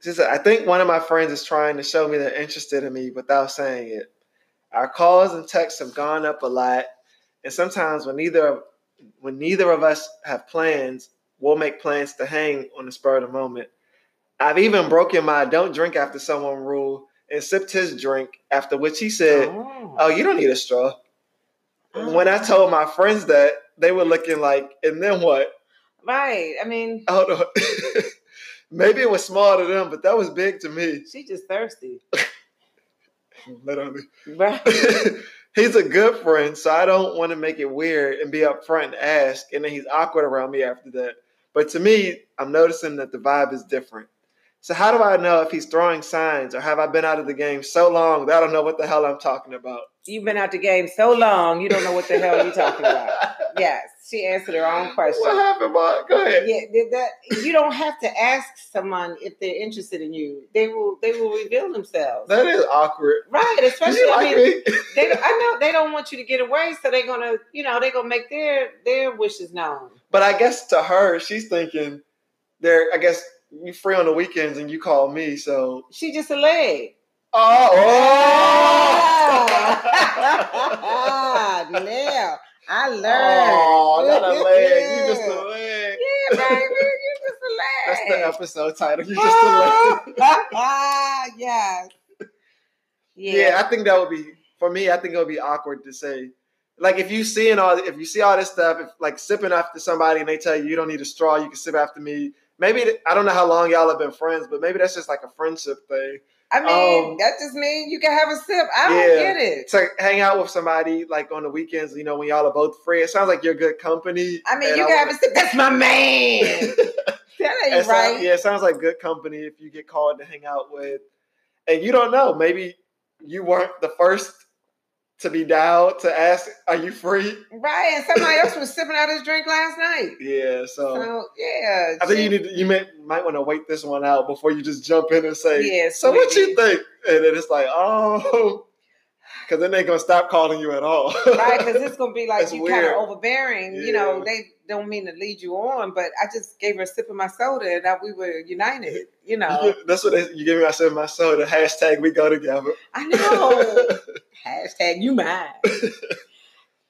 [SPEAKER 2] she said, I think one of my friends is trying to show me they're interested in me without saying it. Our calls and texts have gone up a lot, and sometimes when neither of- when neither of us have plans, we'll make plans to hang on the spur of the moment. I've even broken my don't drink after someone rule and sipped his drink, after which he said,
[SPEAKER 1] Oh.
[SPEAKER 2] Oh, you don't need a straw. uh, When
[SPEAKER 1] Uh-huh.
[SPEAKER 2] I told my friends that, they were looking like, and then what?
[SPEAKER 1] right. I mean,
[SPEAKER 2] I don't know. Maybe it was small to them, but that was big to me.
[SPEAKER 1] she just thirsty.
[SPEAKER 2] Literally.
[SPEAKER 1] Right.
[SPEAKER 2] he's a good friend, so I don't want to make it weird and be upfront and ask, and then he's awkward around me after that. But to me, I'm noticing that the vibe is different. So how do I know if he's throwing signs or have I been out of the game so long that I don't know what the hell I'm talking about?
[SPEAKER 1] You've been out the game so long, you don't know what the hell you're talking about. Yes, she answered her own question.
[SPEAKER 2] What happened, Mark? Go ahead.
[SPEAKER 1] Yeah, that, that- you don't have to ask someone if they're interested in you. They will. They will reveal themselves.
[SPEAKER 2] That is awkward.
[SPEAKER 1] right,
[SPEAKER 2] Did
[SPEAKER 1] especially
[SPEAKER 2] you
[SPEAKER 1] I
[SPEAKER 2] like
[SPEAKER 1] mean,
[SPEAKER 2] me?
[SPEAKER 1] they. I know they don't want you to get away, so they're gonna, you know, they're gonna make their their wishes known.
[SPEAKER 2] But I guess to her, she's thinking, "There, I guess you free on the weekends and you call me." So,
[SPEAKER 1] She just a leg.
[SPEAKER 2] oh, oh,
[SPEAKER 1] Ah, now I learned.
[SPEAKER 2] oh not a leg. You just a leg.
[SPEAKER 1] yeah, baby, you just a leg.
[SPEAKER 2] That's the episode title. You just a leg.
[SPEAKER 1] Ah, yes.
[SPEAKER 2] Yeah. I think that would be for me. I think it would be awkward to say, like, if you seeing all, if you see all this stuff, if like sipping after somebody and they tell you you don't need a straw, you can sip after me. Maybe th- I don't know how long y'all have been friends, but maybe that's just like a friendship thing.
[SPEAKER 1] I mean,
[SPEAKER 2] Um,
[SPEAKER 1] that just means you can have a sip. I don't
[SPEAKER 2] yeah.
[SPEAKER 1] get it.
[SPEAKER 2] to hang out with somebody like on the weekends, you know, when y'all are both free. It sounds like you're good company.
[SPEAKER 1] I mean,
[SPEAKER 2] and
[SPEAKER 1] you can have
[SPEAKER 2] wanna-
[SPEAKER 1] a sip. That's my man. that
[SPEAKER 2] it
[SPEAKER 1] ain't
[SPEAKER 2] sound-
[SPEAKER 1] right.
[SPEAKER 2] yeah, it sounds like good company if you get called to hang out with, and you don't know. Maybe you weren't the first to be dialed to ask, "Are you free?"
[SPEAKER 1] Right. And somebody else was sipping out his drink last night.
[SPEAKER 2] Yeah, so.
[SPEAKER 1] So, yeah.
[SPEAKER 2] I think
[SPEAKER 1] she-
[SPEAKER 2] you need you may, might want to wait this one out before you just jump in and say,
[SPEAKER 1] Yeah,
[SPEAKER 2] So what
[SPEAKER 1] sweetie.
[SPEAKER 2] you think? And then it's like, oh, because then they gonna stop calling you at all.
[SPEAKER 1] right? Because it's gonna be like
[SPEAKER 2] That's
[SPEAKER 1] you kind of
[SPEAKER 2] weird.
[SPEAKER 1] overbearing. You know,
[SPEAKER 2] Yeah.
[SPEAKER 1] they don't mean to lead you on, but I just gave her a sip of my soda and that we were united. You
[SPEAKER 2] You
[SPEAKER 1] know,
[SPEAKER 2] get- that's what they, you give me. I said my soul. The hashtag we go together.
[SPEAKER 1] I know. Hashtag you mine.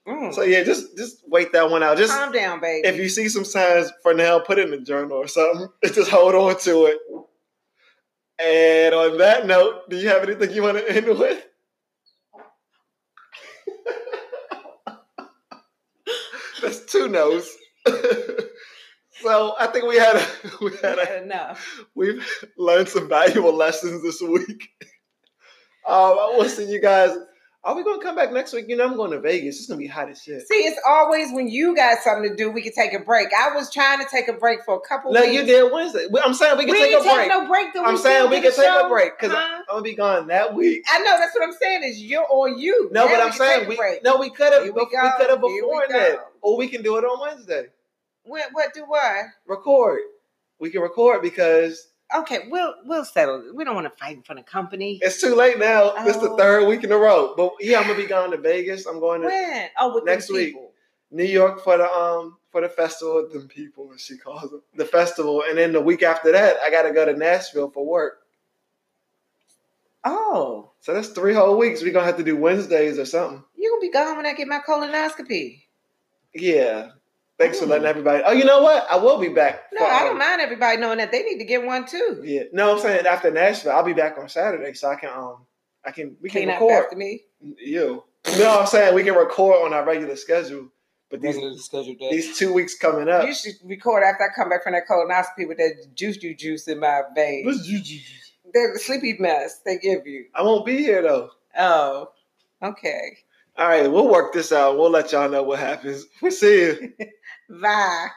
[SPEAKER 1] Mm.
[SPEAKER 2] So yeah, just just wait that one out. Just
[SPEAKER 1] Calm down, baby.
[SPEAKER 2] if you see some signs for now, put it in a journal or something. Just hold on to it. And on that note, do you have anything you want to end with? That's two no's. so I think we had a, we had a,
[SPEAKER 1] Had enough.
[SPEAKER 2] we've learned some valuable lessons this week. Um, I will see you guys. Are we gonna come back next week? You know, I'm going to Vegas. It's gonna be hot as shit.
[SPEAKER 1] See, it's always when you got something to do, we can take a break. I was trying to take a break for a couple
[SPEAKER 2] No,
[SPEAKER 1] weeks.
[SPEAKER 2] you did Wednesday. We- I'm saying we
[SPEAKER 1] We
[SPEAKER 2] can take
[SPEAKER 1] ain't
[SPEAKER 2] a break.
[SPEAKER 1] no break. though.
[SPEAKER 2] I'm
[SPEAKER 1] We
[SPEAKER 2] saying
[SPEAKER 1] still
[SPEAKER 2] we
[SPEAKER 1] did
[SPEAKER 2] can
[SPEAKER 1] the
[SPEAKER 2] take a
[SPEAKER 1] show.
[SPEAKER 2] break because
[SPEAKER 1] Huh?
[SPEAKER 2] I'm gonna be gone that week.
[SPEAKER 1] I know that's what I'm saying. Is you're on you.
[SPEAKER 2] No,
[SPEAKER 1] Now
[SPEAKER 2] but
[SPEAKER 1] we
[SPEAKER 2] I'm
[SPEAKER 1] can take
[SPEAKER 2] saying
[SPEAKER 1] a
[SPEAKER 2] we
[SPEAKER 1] break.
[SPEAKER 2] no we could have
[SPEAKER 1] Here
[SPEAKER 2] we,
[SPEAKER 1] we go.
[SPEAKER 2] could have
[SPEAKER 1] Here we
[SPEAKER 2] before
[SPEAKER 1] go.
[SPEAKER 2] that, or we can do it on Wednesday.
[SPEAKER 1] What, what do what?
[SPEAKER 2] Record. We can record because
[SPEAKER 1] Okay, we'll we'll settle. it. We don't want to fight in front of company.
[SPEAKER 2] it's too late now. This the
[SPEAKER 1] Oh.
[SPEAKER 2] third week in a row. But yeah, I'm gonna be gone to Vegas. I'm going to
[SPEAKER 1] When? Oh, with
[SPEAKER 2] Next
[SPEAKER 1] them
[SPEAKER 2] week.
[SPEAKER 1] people.
[SPEAKER 2] New York for the um for the festival, them people as she calls it, the festival, and then the week after that, I got to go to Nashville for work.
[SPEAKER 1] Oh,
[SPEAKER 2] So that's three whole weeks. We're gonna have to do Wednesdays or something.
[SPEAKER 1] you gonna be gone when I get my colonoscopy?
[SPEAKER 2] Yeah. Thanks for letting
[SPEAKER 1] Ooh.
[SPEAKER 2] everybody. Oh, you know what? I will be back.
[SPEAKER 1] No,
[SPEAKER 2] for,
[SPEAKER 1] I
[SPEAKER 2] um,
[SPEAKER 1] don't mind everybody knowing that they need to get one too.
[SPEAKER 2] Yeah. No, I'm saying after Nashville, I'll be back on Saturday, so I can um I can we can
[SPEAKER 1] Clean up
[SPEAKER 2] record
[SPEAKER 1] after me.
[SPEAKER 2] you. No, I'm saying we can record on our regular schedule, but these these two weeks coming up.
[SPEAKER 1] You should record after I come back from that colonoscopy with that juice you juice in my veins.
[SPEAKER 2] What's ju- ju- ju-
[SPEAKER 1] The sleepy mess they give you.
[SPEAKER 2] I won't be here though.
[SPEAKER 1] Oh, okay.
[SPEAKER 2] All right, we'll work this out. We'll let y'all know what happens. We'll see you.
[SPEAKER 1] Bye.